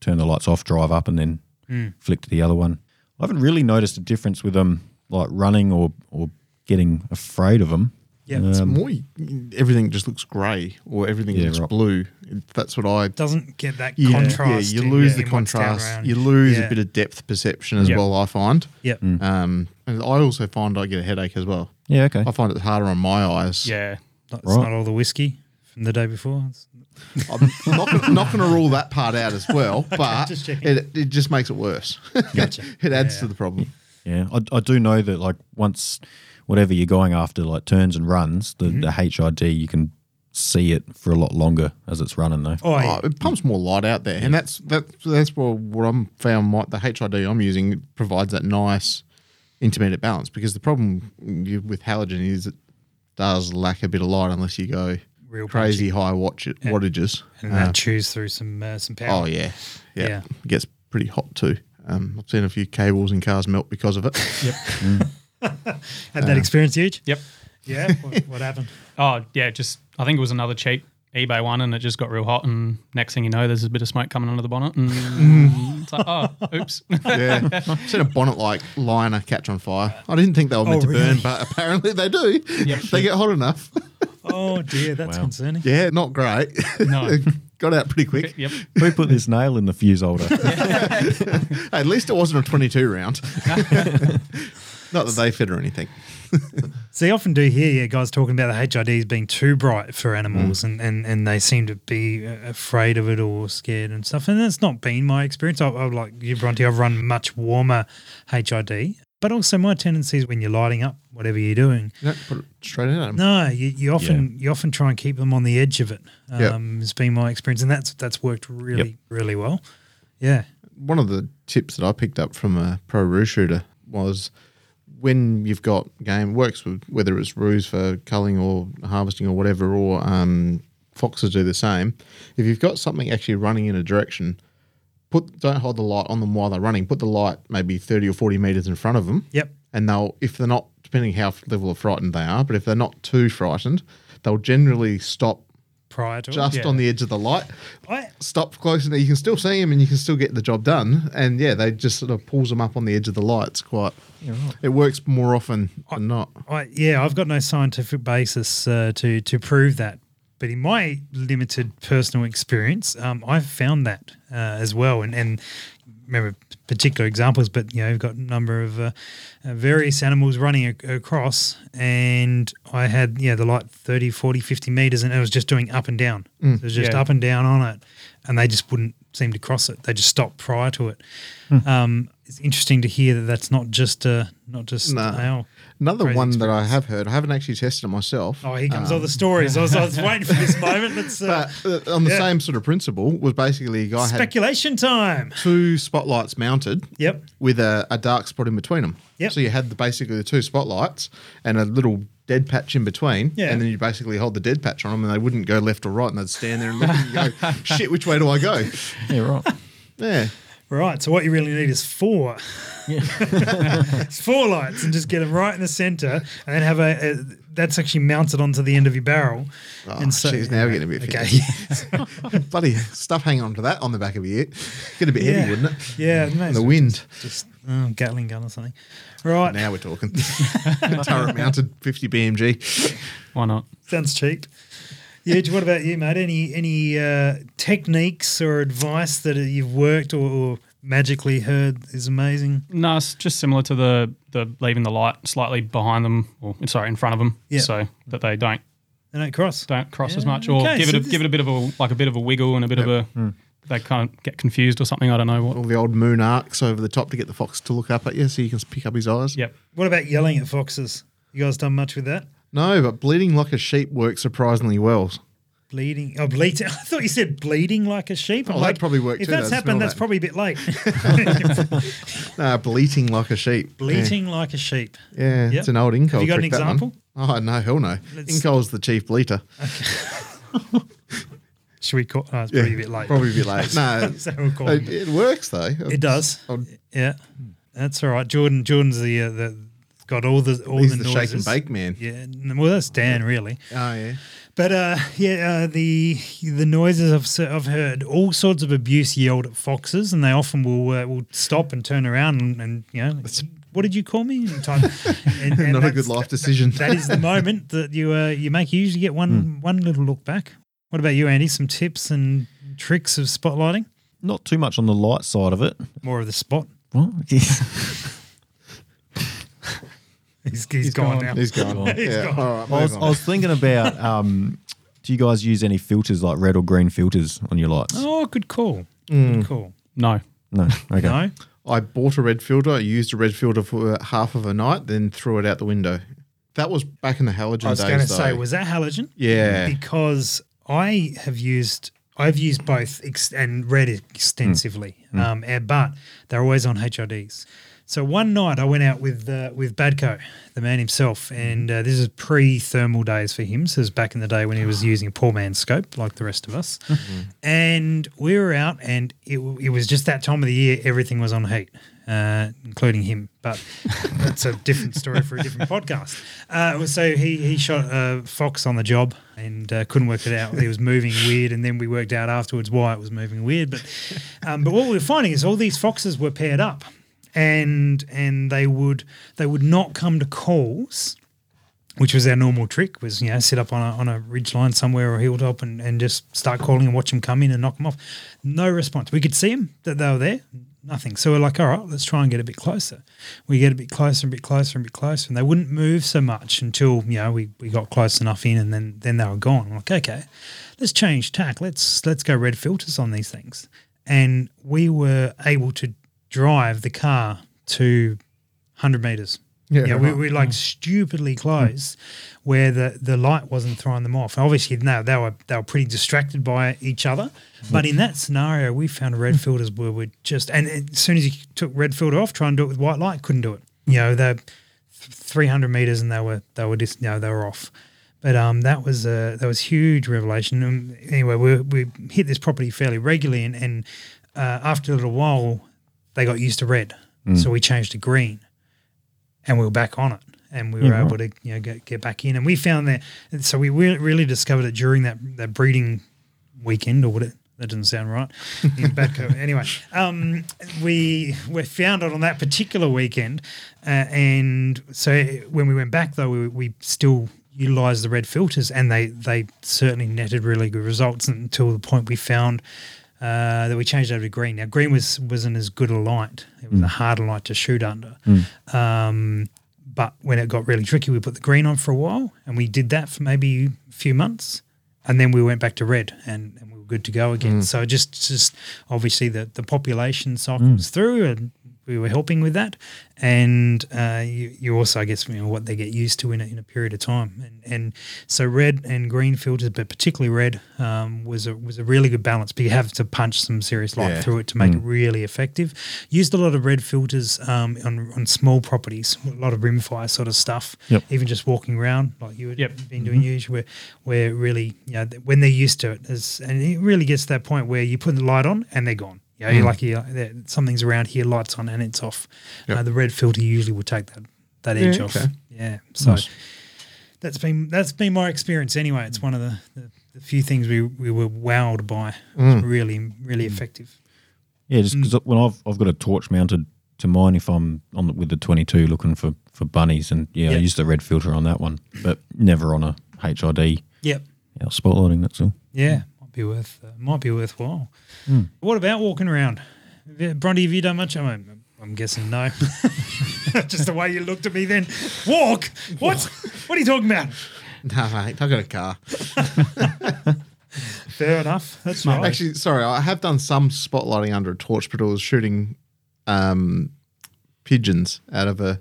turn the lights off, drive up, and then flick to the other one. I haven't really noticed a difference with them, like running or or getting afraid of Um, them.
Yeah.
It's more everything just looks grey or everything
Yeah,
looks
right.
blue. It- That's what I.
doesn't get that
Yeah,
contrast.
yeah, you
in-
lose
yeah,
the
in what's down
contrast.
around.
You lose
Yeah.
a bit of depth perception as
Yep.
well. I find.
Yep.
Um, and I also find I get a headache as well.
Yeah, okay.
I find it harder on my eyes.
yeah,
Not- It's
Right.
not all the whiskey from the day before. It's-
I'm not, gonna- not going to rule that part out as well,
[LAUGHS]
but
just checking.
it, it just makes it worse. [LAUGHS] it adds to the problem.
Yeah, I, I do know that like once whatever you're going after, like turns and runs, the,
Mm-hmm.
the HID you can see it for a lot longer as it's running though.
Oh, yeah.
Oh, it pumps more light out there, and that's that's that's what what I'm found. My, the HID I'm using provides that nice intermediate balance because the problem you- with halogen is it does lack a bit of light unless you go
Real
crazy high watch wattages.
and
Uh,
that chews through some uh, some power.
oh yeah, yeah,
Yeah.
It gets pretty hot too. Um, I've seen a few cables in cars melt because of it.
[LAUGHS]
oh,
Had that
uh.
experience, huge.
yep.
Yeah. what,
[LAUGHS]
what happened?
Oh yeah, just I think it was another cheap eBay one, and it just got real hot, and next thing you know, there's a bit of smoke coming under the bonnet, and
Mm.
it's like, oh,
[LAUGHS]
oops. [LAUGHS]
yeah, I've seen a bonnet like liner catch on fire. I didn't think they were meant
Oh,
to burn,
really?
but apparently they do. they get hot enough.
Oh dear, that's
Wow.
concerning.
Yeah, not great.
No.
[LAUGHS] Got out pretty quick.
yep.
Who put this nail in the
[LAUGHS]
fuse holder?
At least it wasn't a 22
[LAUGHS]
round. Not that they fit or anything.
So you often do hear yeah, guys talking about the HIDs being too bright for animals, and, and, and they seem to be uh, afraid of it or scared and stuff. And that's not been my experience. I, I like you, Bronte. I've run much warmer HID, but also my tendency is when you're lighting up whatever you're doing.
You don't put it straight in at 'em.
No, you, you often you often try and keep them on the edge of it. Um,
Yeah.
Has been my experience, and that's that's worked really really well. Yeah.
One of the tips that I picked up from a pro roo shooter was when you've got game works with whether it's roos for culling or harvesting or whatever, or um, foxes do the same. If you've got something actually running in a direction, put don't hold the light on them while they're running. Put the light maybe 30 or 40 meters in front of them.
Yep.
and they'll if they're not depending how level of frightened they are, but if they're not too frightened, they'll generally stop
prior to it,
just
yeah.
on the edge of the light.
I,
Stop close enough. You can still see them and you can still get the job done. And yeah, they just sort of pulls them up on the edge of the light. It's quite. It works more often than not.
I, yeah, I've got no scientific basis uh, to to prove that, but in my limited personal experience, um, I've found that uh, as well, and and remember particular examples, but you know, I've got a number of uh, uh, various animals running a- across, and I had yeah the light 30, 40, 50 meters, and it was just doing up and down. it was just
Yeah.
up and down on it, and they just wouldn't seem to cross it. They just stopped prior to it. Um, it's interesting to hear that that's not just uh, not just
No.
our
Another
Crazy
one that I have heard, I haven't actually tested it myself.
Oh, here comes all the stories. I was,
[LAUGHS]
I was waiting for this moment. Let's uh,
Um, But uh, on the
Yeah.
same sort of principle, was basically a guy had
speculation time.
two spotlights mounted
Yep.
with a, a dark spot in between them.
Yep.
So you had the, basically the two spotlights and a little dead patch in between.
Yeah.
And then you basically hold the dead patch on them and they wouldn't go left or right and they'd stand there and look and
[LAUGHS]
go, shit, which way do I go?
Yeah, right.
Yeah.
Right. So what you really need is four. [LAUGHS] it's four lights, and just get them right in the center, and then have a, a that's actually mounted onto the end of your barrel.
Oh,
and
geez, now we're getting a bit
okay.
[LAUGHS] Bloody stuff hanging onto that on the back of your ear. Get a
[LAUGHS]
bit
yeah.
heavy, wouldn't it?
Yeah.
And
no,
the wind.
Just oh, Gatling gun or something. Right.
Now
[LAUGHS]
we're talking. [LAUGHS] Turret mounted 50 BMG.
Why not?
Sounds cheap. Yeah, what about you, mate? Any any uh, techniques or advice that you've worked or, or magically heard is amazing?
No, it's just similar to the the leaving the light slightly behind them, or sorry, in front of them,
Yeah.
so that they don't
They don't cross.
don't cross as
Yeah,
much, or
okay,
give
so
it a,
this- Mm.
give it a bit of a like a bit of a wiggle and a bit of a they kind of get confused or something. I don't know what.
All the old moon arcs over the top to get the fox to look up at you so you can pick up his eyes.
Yep.
What about yelling at foxes? You guys done much with that?
No, but bleeding like a sheep works surprisingly well.
Bleeding? Oh, bleating. [LAUGHS] I thought you said bleeding like a sheep. I'm
Oh, that
like,
probably worked
If
too,
that's
though, smell
happened, that's
that.
probably a bit late.
[LAUGHS] No, Uh, bleating like a sheep.
bleating like a sheep.
Yeah, yeah
Yep.
it's an old Inco.
Have you got an
trick, that one.
example?
Oh, no, hell no.
Let's-
Inco's the chief bleater.
Should we call? Oh, it's
Yeah,
probably a bit late.
Probably a
[LAUGHS]
bit late. no,
So we'll call
it,
it.
it works though.
It does.
I'll-
Yeah, that's all right. Jordan. Jordan's the, uh, the got all the all
He's
the
the shake and
noises.
bake man.
Yeah, n- well, that's Dan, really.
Oh yeah.
But uh, yeah, uh, the the noises I've, se- I've heard all sorts of abuse yelled at foxes, and they often will uh, will stop and turn around and, and you know, what did you call me? And
[LAUGHS]
type, and, and
Not a
that's-
good life
[LAUGHS]
decision.
That is the moment that you uh, you make. You usually get one
Hmm.
one little look back. What about you, Andy? Some tips and tricks of spotlighting?
Not too much on the light side of it.
More of the spot. [LAUGHS]
Well,
He's, he's gone,
gone.
now.
[LAUGHS] He's gone.
[LAUGHS] He's
yeah.
gone.
All right.
I was,
move
I
on.
was thinking about um, do you guys use any filters like red or green filters on your lights?
Oh, good call. Good call.
No.
No. Okay.
No.
I bought a red filter. I used a red filter for half of a night, then threw it out the window. That was back in the halogen
I was
days.
going to say,
though.
was that halogen?
Yeah.
Because I have used, I've used both ex- and read it extensively, Um, eh, but they're always on HRDs. So one night I went out with uh, with Badco, the man himself, and uh, this is pre thermal days for him. So it was back in the day when he was using a poor man's scope, like the rest of us. And we were out, and it, w- it was just that time of the year everything was on heat, uh, including him. But [LAUGHS] that's a different story for a different podcast. Uh, so he he shot a fox on the job and uh, couldn't work it out. He was moving weird, and then we worked out afterwards why it was moving weird. But um, but what we were finding is all these foxes were paired up, and and they would they would not come to calls which was our normal trick, was you know sit up on a on a ridge line somewhere or hilltop and, and just start calling and watch them come in and knock them off. No response. We could see them that they were there, nothing. So we're like, all right, let's try and get a bit closer. We get a bit closer and a bit closer and a bit closer, and they wouldn't move so much until you know we, we got close enough in, and then then they were gone. I'm like, okay, let's change tack. Let's let's go red filters on these things, and we were able to drive the car to hundred meters.
Yeah,
Yeah, Hmm. we
right.
were like stupidly close, where the, the light wasn't throwing them off. Obviously, no, they were they were pretty distracted by each other. But in that scenario, we found red filters where we just and as soon as you took red filter off, try and do it with white light, couldn't do it. You know, they're three hundred meters and they were they were just you know, they were off. But um, that was a that was huge revelation. Um, anyway, we, we hit this property fairly regularly, and, and Hmm. uh, after a little while, they got used to red, so we changed to green and we were back on it and we were
Yeah,
able to you know get, get back in and we found that and so we re- really discovered it during that that breeding weekend or what it that didn't sound right in Badco. anyway um we we found it on that particular weekend uh, and so when we went back though we, we still utilized the red filters and they they certainly netted really good results until the point we found uh, that we changed over to green. Now green was wasn't as good a light; it was a harder light to shoot under. Um, but when it got really tricky, we put the green on for a while, and we did that for maybe a few months, and then we went back to red, and, and we were good to go again. So just just obviously the the population cycles through, and we were helping with that, and uh, you, you also I guess you know what they get used to in a, in a period of time, and and so red and green filters, but particularly red, um, was a was a really good balance. But you have to punch some serious light
Yeah.
through it to make it really effective. Used a lot of red filters um, on, on small properties, a lot of rimfire sort of stuff.
Yep.
Even just walking around, like you had
Yep.
been doing, usually where where really you know th- when they're used to it, is, and it really gets to that point where you put the light on and they're gone. Yeah, you're lucky uh, that something's around here, lights on and it's off. Uh, the red filter usually will take that that edge off.
okay.
Yeah, so that's been that's been my experience anyway. It's one of the, the, the few things we, we were wowed by. It's really really effective.
Yeah, just
Mm.
because when I've I've got a torch mounted to mine if I'm on the, with the 22 looking for for bunnies, and yeah,
Yeah.
I use the red filter on that one, but never on a HID yeah,
Yep.
spotlighting. That's all.
Yeah, Mm. might be worth uh, might be worthwhile. What about walking around, Have you- Bronte? Have you done much? I mean, I'm guessing no. [LAUGHS] Just the way you looked at me then. Walk? What? what are you talking about?
No, mate, I got a car.
Fair enough. That's smart.
Actually, sorry, I have done some spotlighting under a torch, but it was shooting um, pigeons out of a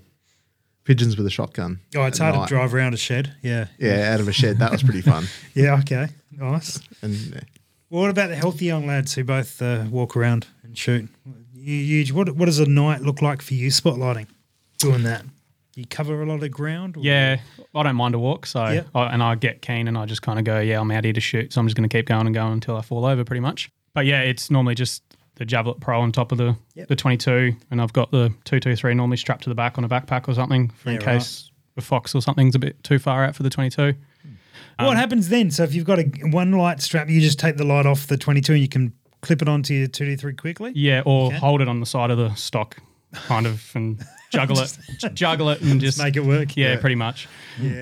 pigeons with a shotgun.
Oh, it's
at
hard to
night.
drive around a shed. Yeah.
Yeah, out of a shed. That was pretty fun.
Yeah. Okay. Nice.
And uh,
Well, what about the healthy young lads who both uh, walk around and shoot? You, you, what, what does a night look like for you spotlighting? Doing that, you cover a lot of ground. or-
Yeah, I don't mind a walk. So,
Yeah.
I, and I get keen and I just kind of go, yeah, I'm out here to shoot. So I'm just going to keep going and going until I fall over pretty much. But yeah, it's normally just the Javelet Pro on top of the,
Yep.
the 22. And I've got the 223 normally strapped to the back on a backpack or something for in
Yeah, right.
case the fox or something's a bit too far out for the 22.
what
Um,
happens then? So if you've got a one light strap, you just take the light off the 22 and you can clip it onto your 2D3 quickly.
Yeah, or
Yeah.
hold it on the side of the stock, kind of, and
[LAUGHS]
juggle it, juggle it, and just,
Make it work.
Yeah, pretty much.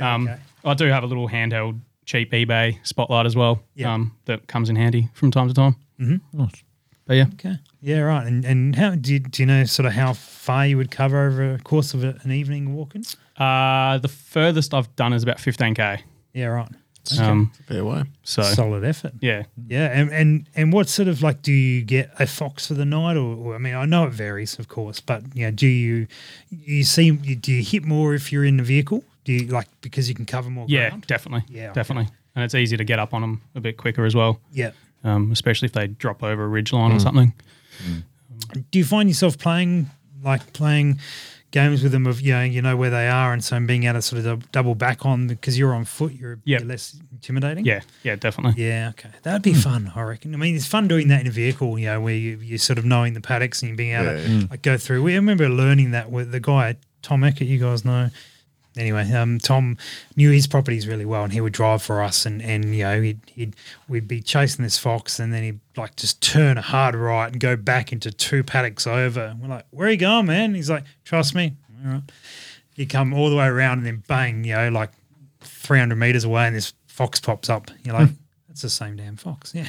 um,
okay.
I do have a little handheld, cheap eBay spotlight as well.
Yeah.
Um, that comes in handy from time to time. Mm-hmm.
Nice.
But yeah,
Okay. Yeah, right. And and how do you, do you know sort of how far you would cover over a course of a, an evening walking?
uh, the furthest I've done is about 15k.
Yeah, right.
Um,
fair way.
so
Solid effort.
yeah,
Yeah, and, and and what sort of like do you get a fox for the night, or, or I mean, I know it varies, of course, but you know, do you you see you, do you hit more if you're in the vehicle? Do you like because you can cover more
yeah,
ground?
definitely,
Yeah, okay.
definitely, and it's easy to get up on them a bit quicker as well.
Yeah.
Um, especially if they drop over a ridge
Mm.
line or something.
do you find yourself playing like playing games with them of you know you know where they are and so being able to sort of dou- double back on because you're on foot you're,
Yep.
you're less intimidating
Yeah, yeah, definitely.
yeah okay that'd be fun i reckon i mean it's fun doing that in a vehicle you know where you, you're sort of knowing the paddocks and you're being able to like, go through we I remember learning that with the guy tom eckert you guys know anyway, um, Tom knew his properties really well, and he would drive for us, and and you know he'd, he'd we'd be chasing this fox, and then he'd like just turn a hard right and go back into two paddocks over. And we're like, where are you going, man? He's like, trust me. All right. You come all the way around, and then bang, you know, like three hundred meters away, and this fox pops up. You're like. That's the same damn fox, yeah.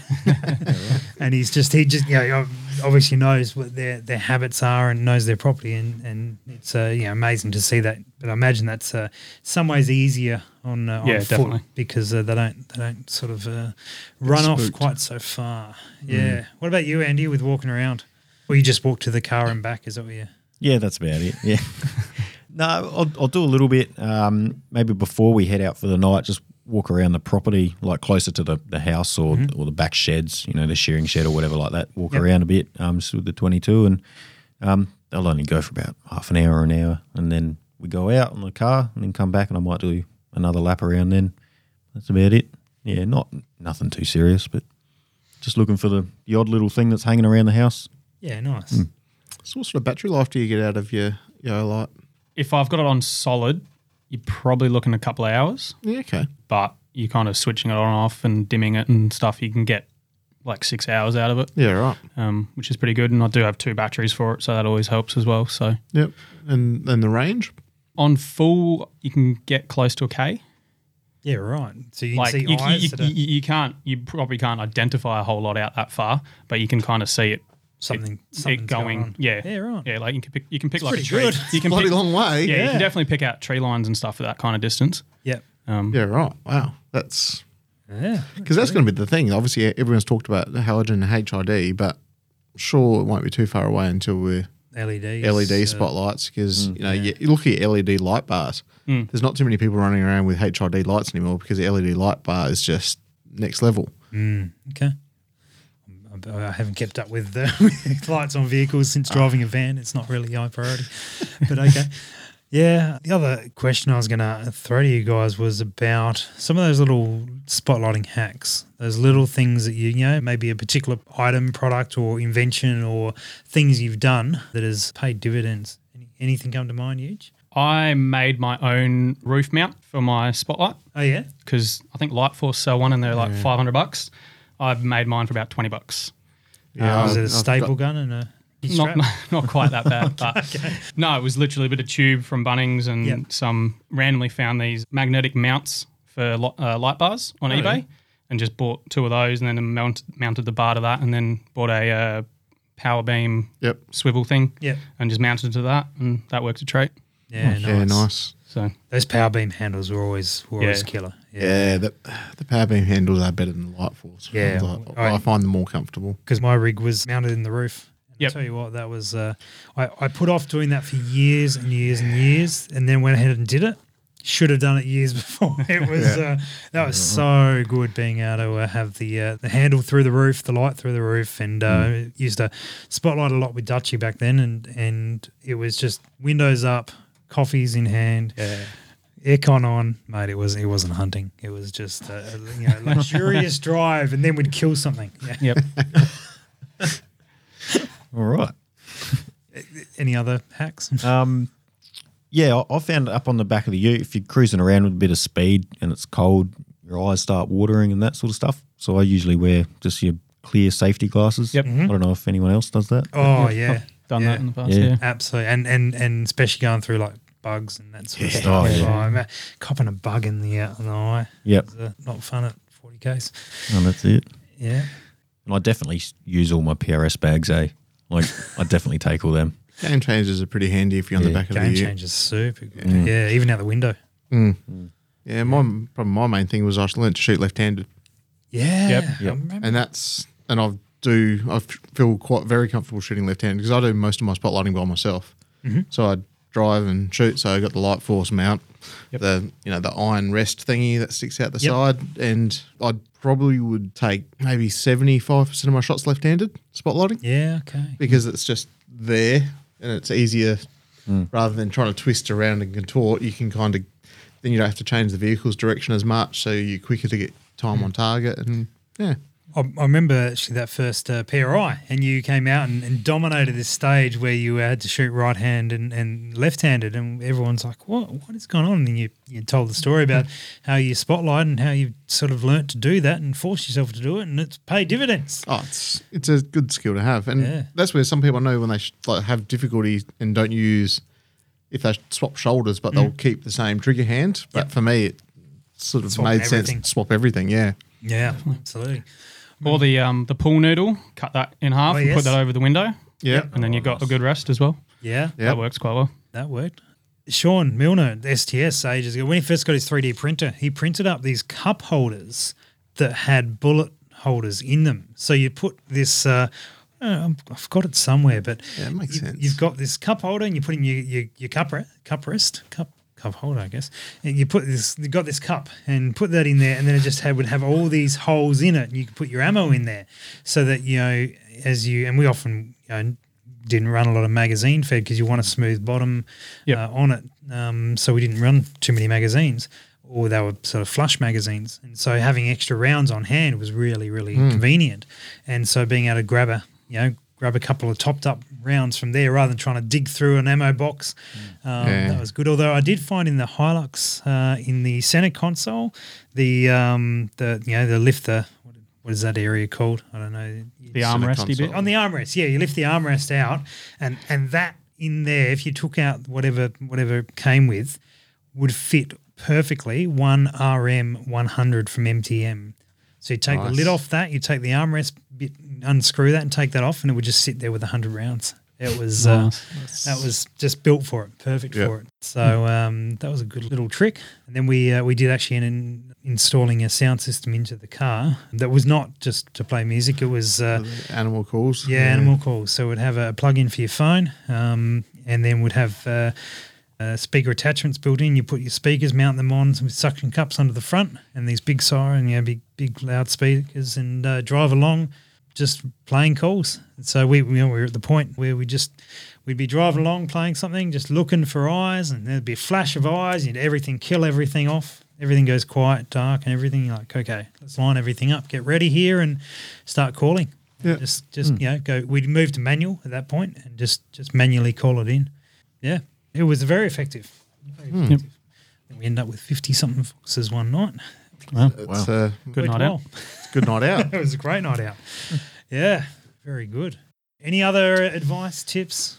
and he's just he just you know obviously knows what their their habits are and knows their property, and and it's uh, you know amazing to see that. But I imagine that's uh, some ways easier on uh, on
Yeah,
foot
definitely.
because uh, they don't they don't sort of uh, run off
spooked.
quite so far. Yeah. What about you, Andy, with walking around? Or you just walk to the car and back? Is that what you?
Yeah, that's about it. Yeah. [LAUGHS] no, I'll, I'll do a little bit. Um, maybe before we head out for the night, just walk around the property, like closer to the, the house or, or the back sheds, you know, the shearing shed or whatever like that. Walk
Yep.
around a bit um, just with the 22 and um, they'll only go for about half an hour or an hour. And then we go out on the car and then come back and I might do another lap around then. That's about it. Yeah, not nothing too serious, but just looking for the, the odd little thing that's hanging around the house.
Yeah, nice.
So what sort of battery life do you get out of your your light?
if I've got it on solid, you're probably looking a couple of hours,
Yeah, okay.
but you're kind of switching it on and off and dimming it and stuff. You can get like six hours out of it,
Yeah, right.
um, which is pretty good. And I do have two batteries for it, so that always helps as well. So
Yep. And then the range.
on full, you can get close to a K.
Yeah, right. So you can
Like
see
you,
eyes
you,
that
you,
are
you, you can't, you probably can't identify a whole lot out that far, but you can kind of see it
something,
it
something's
going,
on.
yeah,
yeah, right.
yeah. Like you can pick, you can pick
It's
like a
pretty
tree.
good.
You can
Bloody
pick,
long way.
yeah, you
Yeah.
can definitely pick out tree lines and stuff at that kind of distance.
Yep.
Um,
Yeah, right. Wow. That's
Yeah.
because that's going to be the thing. Obviously, everyone's talked about the halogen and HID, but sure, it won't be too far away until we're
LEDs.
LED
uh,
E spotlights because you know you, you look at your LED light bars. There's not too many people running around with HID lights anymore because the LED light bar is just next level.
Okay. I- I haven't kept up with the [LAUGHS] with lights on vehicles since driving a van. It's not really high priority, [LAUGHS] but okay. Yeah. The other question I was going to throw to you guys was about some of those little spotlighting hacks, those little things that you, you know, maybe a particular item, product, or invention, or things you've done that has paid dividends. Any, anything come to mind, Huge?
I made my own roof mount for my spotlight
Oh, yeah.
because I think Lightforce sell one and they're like 500 bucks. I've made mine for about 20 bucks.
Yeah,
was it a
Um, I've got-
staple gun and a.
Not,
strap?
[LAUGHS] not quite that
[LAUGHS]
bad, but no, it was literally a bit of tube from Bunnings and
Yep.
some randomly found these magnetic mounts for li- uh, light bars
Oh,
on eBay and just bought two of those and then mount, mounted the bar to that and then bought a uh, power beam
Yep.
swivel thing
Yep.
and just mounted it to that and that worked a treat.
Yeah,
Oh, Yeah, nice.
So
Those power beam handles were always were always
Yeah.
killer.
Yeah, the, the power beam handles are better than the light force.
Yeah.
I, I find them more comfortable.
because my rig was mounted in the roof. And
Yep.
I tell you what, that was uh, I, I put off doing that for years and years and years, and then went ahead and did it. Should have done it years [LAUGHS] before. It was uh, that was so good being able to uh, have the uh, the handle through the roof, the light through the roof, and uh, used a spotlight a lot with Dutchy back then, and and it was just windows up, coffees in hand. Aircon on, mate. It was it wasn't hunting. It was just a, a, you know, luxurious [LAUGHS] drive, and then we'd kill something. Yeah. [LAUGHS]
yep.
All right.
Any other hacks?
Um, yeah, I, I found it up on the back of the ute. If you're cruising around with a bit of speed and it's cold, your eyes start watering and that sort of stuff. So I usually wear just your clear safety glasses.
Yep.
I don't know if anyone else does that.
[LAUGHS] Oh yeah,
I've done
Yeah.
that in the past.
Yeah.
Yeah.
absolutely, and and and especially going through like bugs and that sort of
Yeah.
stuff.
Oh, yeah.
Oh, I'm, uh, copping a bug in the out in the eye.
Yep.
It's, uh, not fun at forty k's.
And that's it.
Yeah,
And I definitely s- use all my PRS bags, eh? Like, I definitely take all them.
Game changers are pretty handy if you're on the
Yeah.
back of
game
the ute.
changer's super good.
Mm.
Yeah, even out the window.
Yeah, my probably my main thing was I learned to shoot left-handed,
Yeah,
Yep.
I
Yep.
remember.
and that's and I do I f- feel quite very comfortable shooting left-handed because I do most of my spotlighting by myself. So I drive and shoot. So I got the light force mount, the you know the iron rest thingy that sticks out the
Yep.
side, and I probably would take maybe seventy-five percent of my shots left-handed spotlighting
yeah, okay.
because it's just there and it's easier rather than trying to twist around and contort. You can kind of then you don't have to change the vehicle's direction as much, so you're quicker to get time on target. And yeah,
I, I remember actually that first uh, PRI, and you came out and, and dominated this stage where you had to shoot right hand and, and left handed, and everyone's like, "What? What is going on?" And you you told the story about how you spotlight and how you sort of learnt to do that and force yourself to do it, and it's paid dividends.
oh, it's it's a good skill to have, and
Yeah.
that's where some people know when they sh- like have difficulty and don't use if they swap shoulders, but
Mm.
they'll keep the same trigger hand. But for me, it sort of
Swap
made
everything.
sense. Swap everything, yeah.
Yeah, absolutely.
Or the um, the pool noodle, cut that in half
Oh,
and
yes.
put that over the window,
Yeah,
and then you got a good rest as well.
Yeah,
Yep.
That works quite well.
that worked. Sean Milner, STS, ages ago, when he first got his 3D printer, he printed up these cup holders that had bullet holders in them. So you put this, uh, uh, I've got it somewhere, but
Yeah, it makes
you,
sense.
you've got this cup holder and you put in your, your, your cup, re- cup rest, cup cup holder, I guess. And you put this, you got this cup and put that in there, and then it just had would have all these holes in it, and you could put your ammo in there, so that you know as you and we often you know, didn't run a lot of magazine fed because you want a smooth bottom
Yep.
uh, on it, um, so we didn't run too many magazines. Or they were sort of flush magazines, and so having extra rounds on hand was really, really convenient. And so being able to grab a, you know, grab a couple of topped up rounds from there rather than trying to dig through an ammo box. Um,
Yeah.
That was good. Although I did find in the Hilux uh, in the center console, the um, the you know the lift the what, what is that area called? I don't know.
The
Center
armresty bit.
console.
on the armrest, yeah, you lift the armrest out, and and that in there, if you took out whatever whatever it came with, would fit perfectly one RM one hundred from MTM. So you take the
Nice.
lid off that, you take the armrest bit, unscrew that, and take that off, and it would just sit there with hundred rounds. It was
Nice.
uh, that was just built for it, perfect
Yep.
for it. So um, that was a good little trick. And then we uh, we did actually end in installing a sound system into the car that was not just to play music. It was uh,
Oh, Animal calls.
yeah, animal calls. So we'd have a plug-in for your phone, um, and then we'd have uh, uh, speaker attachments built in. You put your speakers, mount them on with suction cups under the front, and these big siren, you know, big big loudspeakers, and uh, drive along, just playing calls. So we you know, we were at the point where we just we'd be driving along playing something, just looking for eyes, and there'd be a flash of eyes, and everything kill everything off. Everything goes quiet, dark, and everything. You're like, okay, let's line everything up, get ready here, and start calling.
Yeah. Hmm.
Just, just you know, go. We'd move to manual at that point, and just, just manually call it in. Yeah, it was very effective. Very
Hmm.
effective. We end up with fifty something foxes one night.
It's, uh,
Good
Worked
night out.
well. [LAUGHS]
it's good night out.
It was a great night out.
Hmm.
yeah, very good. Any other advice, tips,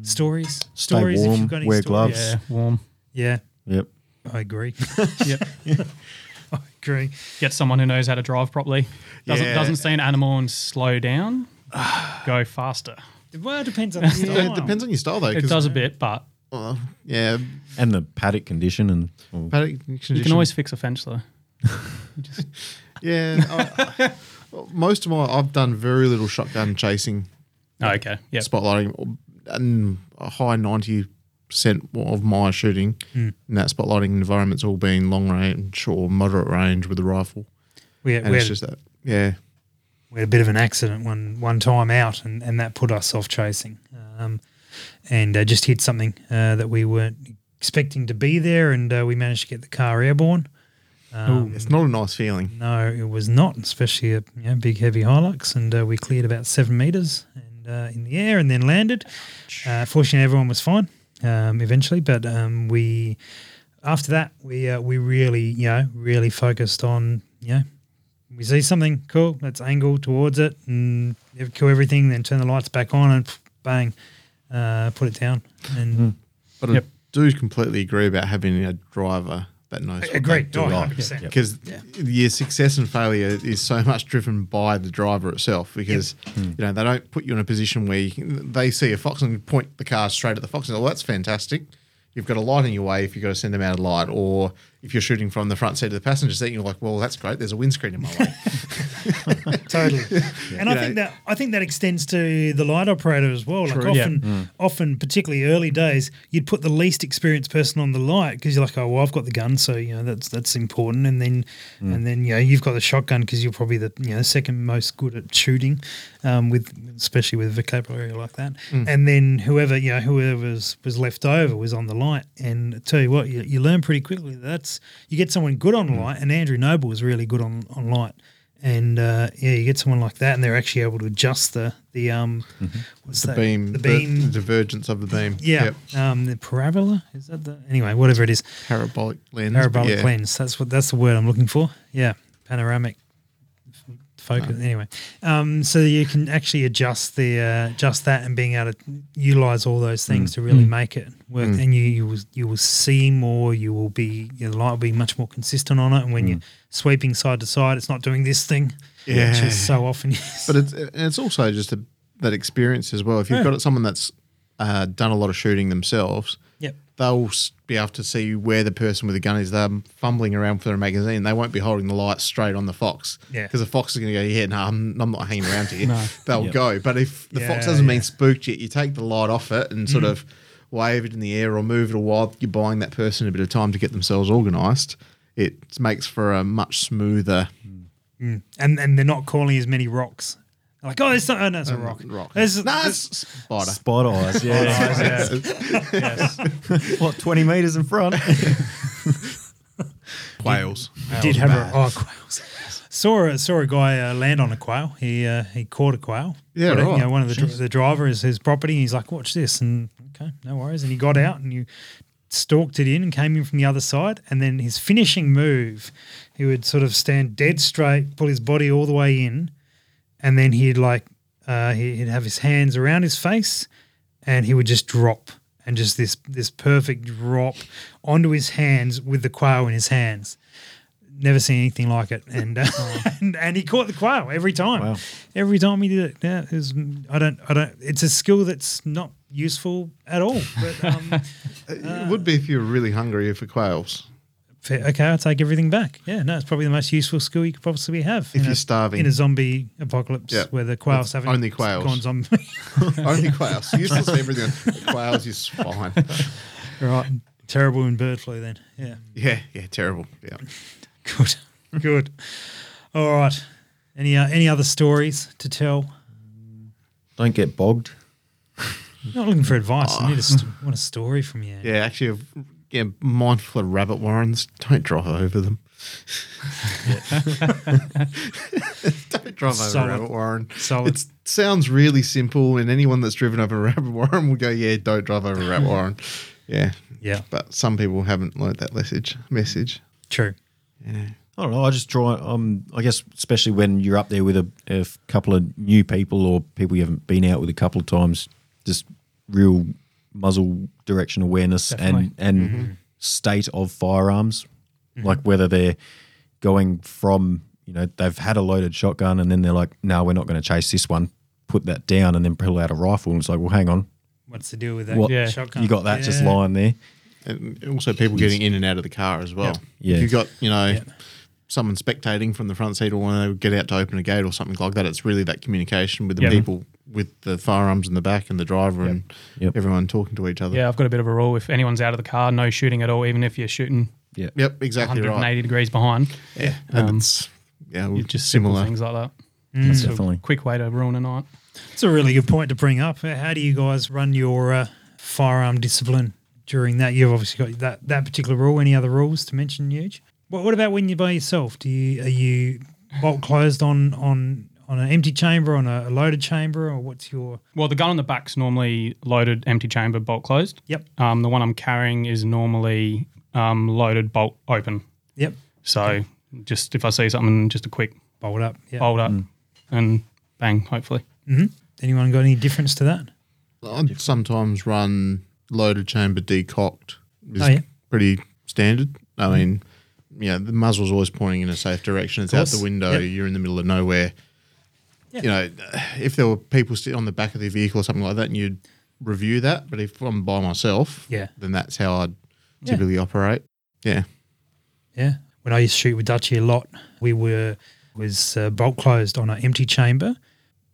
stories? Stories.
warm, wear gloves.
Yeah, warm.
Yeah,
Yep.
I
[LAUGHS]
agree. [LAUGHS]
Yep.
I agree.
Get someone who knows how to drive properly. Doesn't
Yeah.
doesn't see an animal and slow down. go faster.
Well, it depends on the style.
Yeah, it depends on your style though.
It
'cause,
does a bit, but
uh, yeah,
And the paddock condition and well,
paddock
you can always fix a fence though.
Yeah, I, I- [LAUGHS] most of my I've done very little shotgun chasing,
Oh, okay. Yep.
spotlighting, and a high ninety percent of my shooting
Hmm.
in that spotlighting environment's all been long range or moderate range with a rifle,
We had,
and
we,
it's
had,
just that. Yeah,
we had a bit of an accident one one time out, and, and that put us off chasing, um, and uh, just hit something uh, that we weren't expecting to be there, and uh, we managed to get the car airborne. Um,
it's not a nice feeling.
No, it was not, especially a you know, big, heavy Hilux. And uh, we cleared about seven meters and uh, in the air and then landed. Uh, fortunately, everyone was fine um, eventually. But um, we, after that, we uh, we really, you know, really focused on, you know, we see something cool, let's angle towards it and ev- kill everything, then turn the lights back on and bang, uh, put it down. And
But
Yep.
I do completely agree about having a driver that knows. what
agree,
they do.
oh, 100%.
because your success and failure is so much driven by the driver itself. Because
Hmm.
you know they don't put you in a position where you can, they see a fox and point the car straight at the fox and go, "Well, that's fantastic." You've got a light in your way if you've got to send them out a light, or if you're shooting from the front seat of the passenger seat, you're like, "Well, that's great. There's a windscreen in my way."
[LAUGHS] totally. And I
You
think
know-
that I think that extends to the light operator as well. Like
True. Mm.
Yeah.
often, often particularly early days, you'd put the least experienced person on the light because you're like, oh well, I've got the gun, so you know that's that's important. And then
Mm.
and then you know you've got the shotgun because you're probably the you know second most good at shooting, um, with especially with vocabulary like that. And then whoever you know whoever was, was left over was on the light. And I tell you what, you, you learn pretty quickly. That's you get someone good
Mm.
on light, and Andrew Noble was really good on on light and uh, yeah, you get someone like that, and they're actually able to adjust the the um, what's
the
that? [LAUGHS]
beam,
the beam,
the divergence of the beam.
yeah,
Yep.
um, the parabola is that the anyway, whatever it is,
parabolic lens. but
parabolic
yeah.
lens. That's what that's the word I'm looking for. Yeah, panoramic f- focus. Anyway, um, so you can actually adjust the uh, adjust that and being able to utilize all those
Mm.
things to really make it work. And you you will you will see more. You will be your light will be much more consistent on it. And
Mm.
when you're sweeping side to side, it's not doing this thing. Which
Yeah.
is so often [LAUGHS] used.
But it's and it's also just a, that experience as well. If you've
Yeah.
got someone that's uh, done a lot of shooting themselves,
Yep.
they'll s- be able to see where the person with the gun is. They're fumbling around for their magazine. They won't be holding the light straight on the fox.
Yeah.
Because the fox is going to go, yeah, no, I'm, I'm not hanging around here.
No.
They'll
Yep.
go. But if the fox
Yeah,
hasn't
yeah. Mm.
been spooked yet, you take the light off it and sort of wave it in the air or move it a while. You're buying that person a bit of time to get themselves organised. It makes for a much smoother.
and and they're not calling as many rocks. Like, oh, there's not, oh, no, it's a rock.
Uh, Rock.
There's,
no,
there's-
it's spider.
spot eyes. Yeah. what, 20 metres in front?
Whales.
did have a oh, quails. saw a, saw a guy uh, land on a quail. He uh, he caught a quail.
Yeah,
Caught it,
right.
You know, one of the, dri- the driver is his property. And he's like, watch this, and okay, no worries. And he got out and you stalked it in and came in from the other side. And then his finishing move, he would sort of stand dead straight, pull his body all the way in, and then he'd like uh, he- he'd have his hands around his face, and he would just drop and just this this perfect drop onto his hands with the quail in his hands. Never seen anything like it, and
[LAUGHS]
uh, and, [LAUGHS] and he caught the quail every time.
Wow.
Every time he did it, yeah, it was, I don't, I don't. It's a skill that's not useful at all.
[LAUGHS]
But um,
it would be if you were really hungry
[LAUGHS]
for quails.
Fair- Okay, I'll take everything back. Yeah, no, it's probably the most useful skill you could possibly have.
If
in
you're
a-
starving.
In a zombie apocalypse
Yeah,
where the quails haven't
only quails.
gone
[LAUGHS]
zombie.
Only quails. Useless to everything. else. Quails is fine.
right. Terrible in bird flu then. Yeah.
Yeah, yeah, terrible. Yeah.
Good. [LAUGHS] Good. All right. Any uh, any other stories to tell?
[LAUGHS] Don't get bogged.
Not looking for advice. I need
[LAUGHS]
a st- want a story from you.
Yeah, actually, yeah, mindful of rabbit warrens. Don't drive over them. [LAUGHS] Don't drive over
Solid.
a rabbit warren.
Solid.
It sounds really simple, and anyone that's driven over a rabbit warren will go, "Yeah, don't drive over a rabbit warren." Yeah,
Yeah.
but some people haven't learnt that message. Message.
True.
I don't know. I just try. Um, I guess especially when you're up there with a, a f- couple of new people or people you haven't been out with a couple of times, just real muzzle direction awareness
Definitely.
and and state of firearms, like whether they're going from you know they've had a loaded shotgun and then they're like, no, we're not going to chase this one. Put that down and then pull out a rifle and it's like, well, hang on,
What's the deal with that
what
Yeah.
shotgun?
you got that just
Yeah.
lying there.
and also people getting in and out of the car as well.
Yeah.
If you've got, you know, someone spectating from the front seat or when they get out to open a gate or something like that, it's really that communication with the
Yep.
people with the firearms in the back and the driver and
Yep.
everyone talking to each other.
Yeah, I've got a bit of a rule. If anyone's out of the car, no shooting at all, even if you're shooting
Yeah,
Yep, exactly
180
right.
degrees behind.
Yeah. And
Um,
it's yeah,
You
well,
just simple
similar.
things like that.
That's
It's a
definitely.
quick way to ruin a night.
It's a really good point to bring up. How do you guys run your uh, firearm discipline during that? You've obviously got that, that particular rule. Any other rules to mention, Huge? What, what about when you're by yourself? Do you are you bolt closed on on on an empty chamber, on a, a loaded chamber, or what's your?
Well, the gun on the back's normally loaded, empty chamber, bolt closed.
Yep,
Um, the one I'm carrying is normally um, loaded, bolt open.
yep,
So just if I see something, just a quick
bolt up. Yeah.
bolt up and bang, hopefully.
Anyone got any difference to that?
I'd sometimes run loaded chamber decocked. Is
Oh, yeah. Mm-hmm.
pretty standard. I mean, yeah, the muzzle's always pointing in a safe direction. It's out
Course.
the window.
Yep.
You're in the middle of nowhere. You know, if there were people sitting on the back of the vehicle or something like that, and you'd review that. But if I'm by myself,
Yeah.
then that's how I'd
Yeah.
typically operate. Yeah,
Yeah. When I used to shoot with Dutchie a lot, we were was uh, bolt closed on an empty chamber,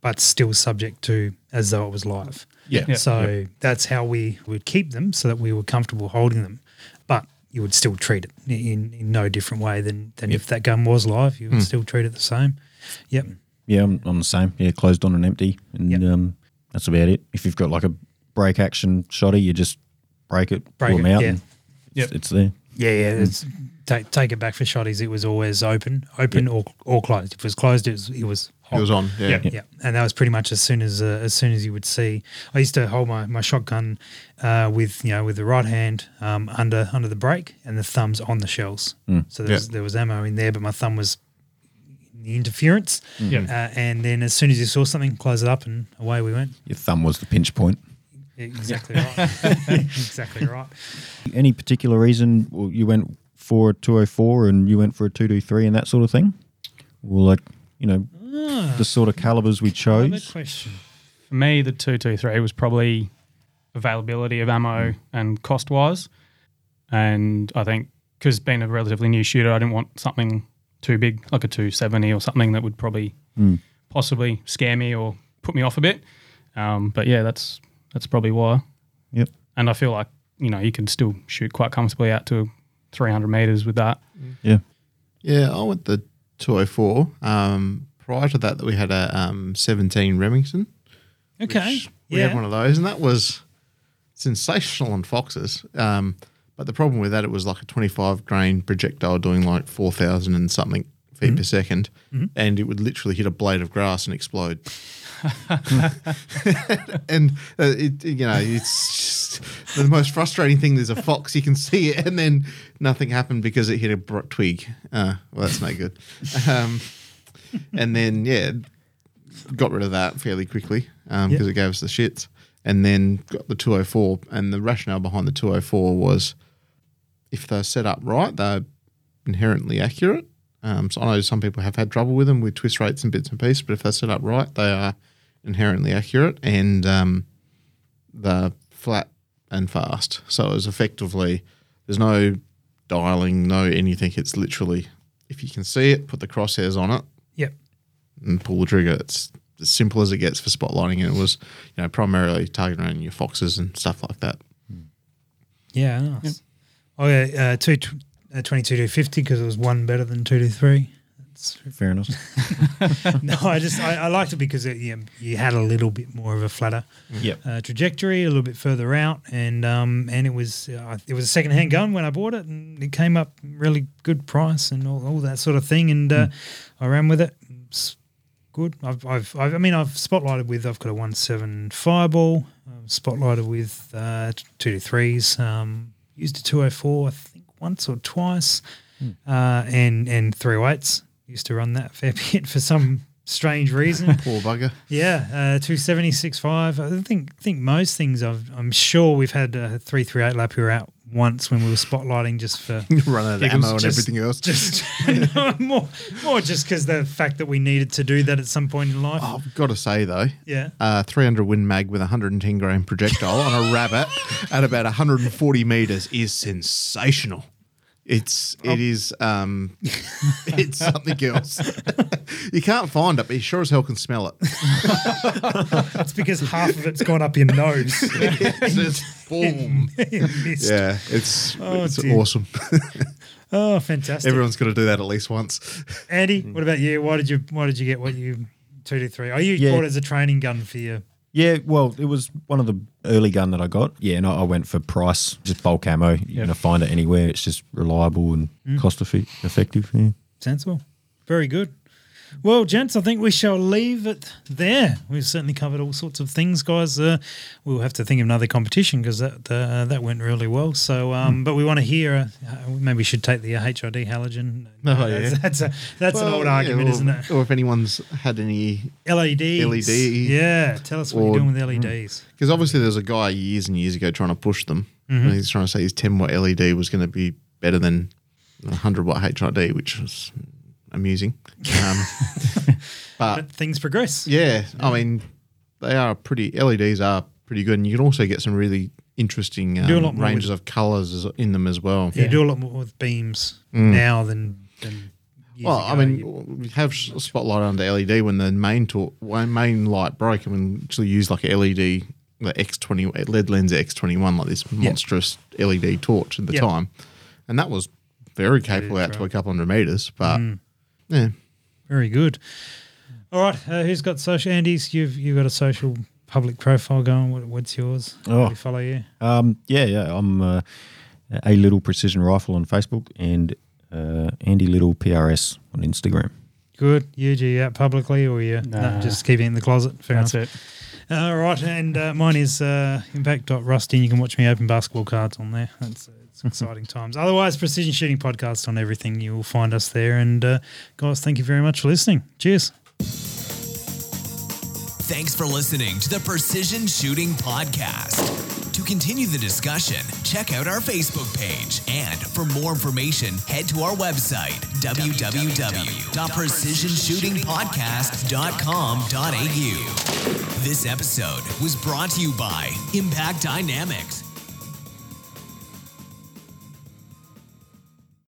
but still subject to as though it was live.
yeah, yeah.
So that's how we would keep them so that we were comfortable holding them. But you would still treat it in, in no different way than, than if that gun was live. You would still treat it the same. Yep.
Yeah, I'm, I'm the same. Yeah, closed on and empty, and
Yep.
um, that's about it. If you've got like a break action shotty, you just break it,
Break
pull them
it,
out,
yeah.
and
Yep.
it's, it's there.
Yeah, yeah. It's, take, take it back for shotties. It was always open, open or, or closed. If it was closed, it was, it was
it
hot.
was on. Yeah,
Yeah, and that was pretty much as soon as uh, as soon as you would see. I used to hold my, my shotgun uh, with you know with the right hand um, under under the brake and the thumbs on the shells. So there
Yeah.
was, there was ammo in there, but my thumb was in the interference.
Yeah.
Uh, and then as soon as you saw something, close it up and away we went.
Your thumb was the pinch point.
Exactly [LAUGHS] right. exactly right.
Any particular reason well, you went for a 204 and you went for a 223 and that sort of thing? Well, like you know,
Ah.
the sort of calibers we
Another
chose.
question.
For me, the 223 was probably availability of ammo and cost wise. And I think because being a relatively new shooter, I didn't want something too big, like a 270 or something that would probably possibly scare me or put me off a bit. Um, but yeah, that's that's probably why.
Yep.
And I feel like, you know, you can still shoot quite comfortably out to 300 meters with that.
Yeah.
yeah. I went the two hundred four. Um, prior to that, that we had a um, seventeen Remington.
Okay.
which We
yeah.
had one of those, and that was sensational on foxes. Um, but the problem with that, it was like a 25 grain projectile doing like 4,000 and something feet
Mm-hmm.
per 2nd and it would literally hit a blade of grass and explode. [LAUGHS] and uh, it, you know, it's just the most frustrating thing. There's a fox, you can see it, and then nothing happened because it hit a br- twig. Uh, well, that's no good. Um, and then yeah, got rid of that fairly quickly because
Yeah.
it gave us the shits. And then got the 204, and the rationale behind the 204 was if they're set up right, they're inherently accurate. Um, so I know some people have had trouble with them with twist rates and bits and pieces, but if they're set up right, they are inherently accurate and um, they're flat and fast. So it was effectively there's no dialing, no anything. It's literally if you can see it, put the crosshairs on it,
Yep.
and pull the trigger. It's as simple as it gets for spotlighting. And it was, you know, primarily targeting around your foxes and stuff like that.
Yeah. Nice. Oh yeah, uh, two tw- uh, twenty-two to fifty because it was one better than two to three. [LAUGHS]
Fair enough.
no, I just I, I liked it because it, you, you had a little bit more of a flatter
Yep.
uh, trajectory, a little bit further out, and um and it was uh, it was a second-hand gun when I bought it, and it came up really good price and all, all that sort of thing, and uh, I ran with it. It's good. I've, I've I've I mean I've spotlighted with I've got a one seven fireball, I've spotlighted with uh, two to threes, um, used a two oh four I think once or twice, uh, and and three oh eights. Used to run that a fair [LAUGHS] bit for some strange reason.
Poor [LAUGHS] bugger.
Yeah, uh, two seventy six five. I think think most things. I've, I'm sure we've had a three three eight lap here out once when we were spotlighting just
[LAUGHS]
for
Run out of
giggles,
ammo and
just-
everything else.
Just [LAUGHS] no, more more just because the fact that we needed to do that at some point in life.
I've got to say though,
Yeah.
uh, 300 Win Mag with a 110 gram projectile on a rabbit at about 140 meters is sensational. It's it is um, it's something else. you can't find it, but you sure as hell can smell it.
That's because half of it's gone up your nose. [LAUGHS]
It's [LAUGHS] just boom.
You missed.
Yeah, it's
Oh,
it's
dear.
awesome.
Oh, fantastic.
Everyone's got to do that at least once.
Andy,
Mm.
what about you? Why did you Why did you get what you two to three? Oh, you
Yeah.
bought it as a training gun for you.
Yeah, well, it was one of the early gun that I got. Yeah, and I I went for price, just bulk ammo. You're going to find it anywhere. It's just reliable and cost effi- effective. Yeah.
Sensible. Very good. Well, gents, I think we shall leave it there. We've certainly covered all sorts of things, guys. Uh, we'll have to think of another competition because that uh, that went really well. So,
Hmm.
um, but we want to hear. Uh, maybe we should take the uh, HID halogen.
Oh,
that's,
yeah.
that's a that's an
Well,
old
yeah,
argument,
or-
isn't it?
Or if anyone's had any
LEDs.
LED.
Yeah, tell us what
Or-
you're doing with E LEDs.
Because obviously, there's a guy years and years ago trying to push them.
Mm-hmm.
And he's trying to say his 10 watt LED was going to be better than a 100 watt HRD, which was amusing.
[LAUGHS]
Um, but
But things progress.
yeah, I mean, they are pretty, LEDs are pretty good. And you can also get some really interesting
Do a
um,
lot more
ranges of colors in them as well.
You do a lot more with beams now than. than years
Hmm. Well, I
ago.
mean,
You-
we have s- spotlight under LED when the main tor- when main light broke, and we actually used like a LED, the X twenty lead lens X twenty one, like this monstrous LED torch at the
Yep.
time, and that was very capable out to a couple hundred meters. But
Mm.
yeah,
Very good. All right, uh, who's got social? Andy's, you've you've got a social public profile going. What, what's yours?
Oh.
We follow you.
Um, yeah, yeah. I'm uh, a little precision rifle on Facebook and uh, Andy Little PRS on Instagram.
Good. You do you out publicly, or you
Nah.
no, just keep it in the closet? Fair
That's
enough.
it.
All right, and uh, mine is uh, impact.rusty. and You can watch me open basketball cards on there. That's uh,
[LAUGHS]
it's exciting times. Otherwise, precision shooting podcast on everything. You will find us there. And uh, guys, thank you very much for listening. Cheers.
Thanks for listening to the Precision Shooting Podcast. To continue the discussion, check out our Facebook page. And for more information, head to our website, www.precisionshootingpodcast.com.au. This episode was brought to you by Impact Dynamics.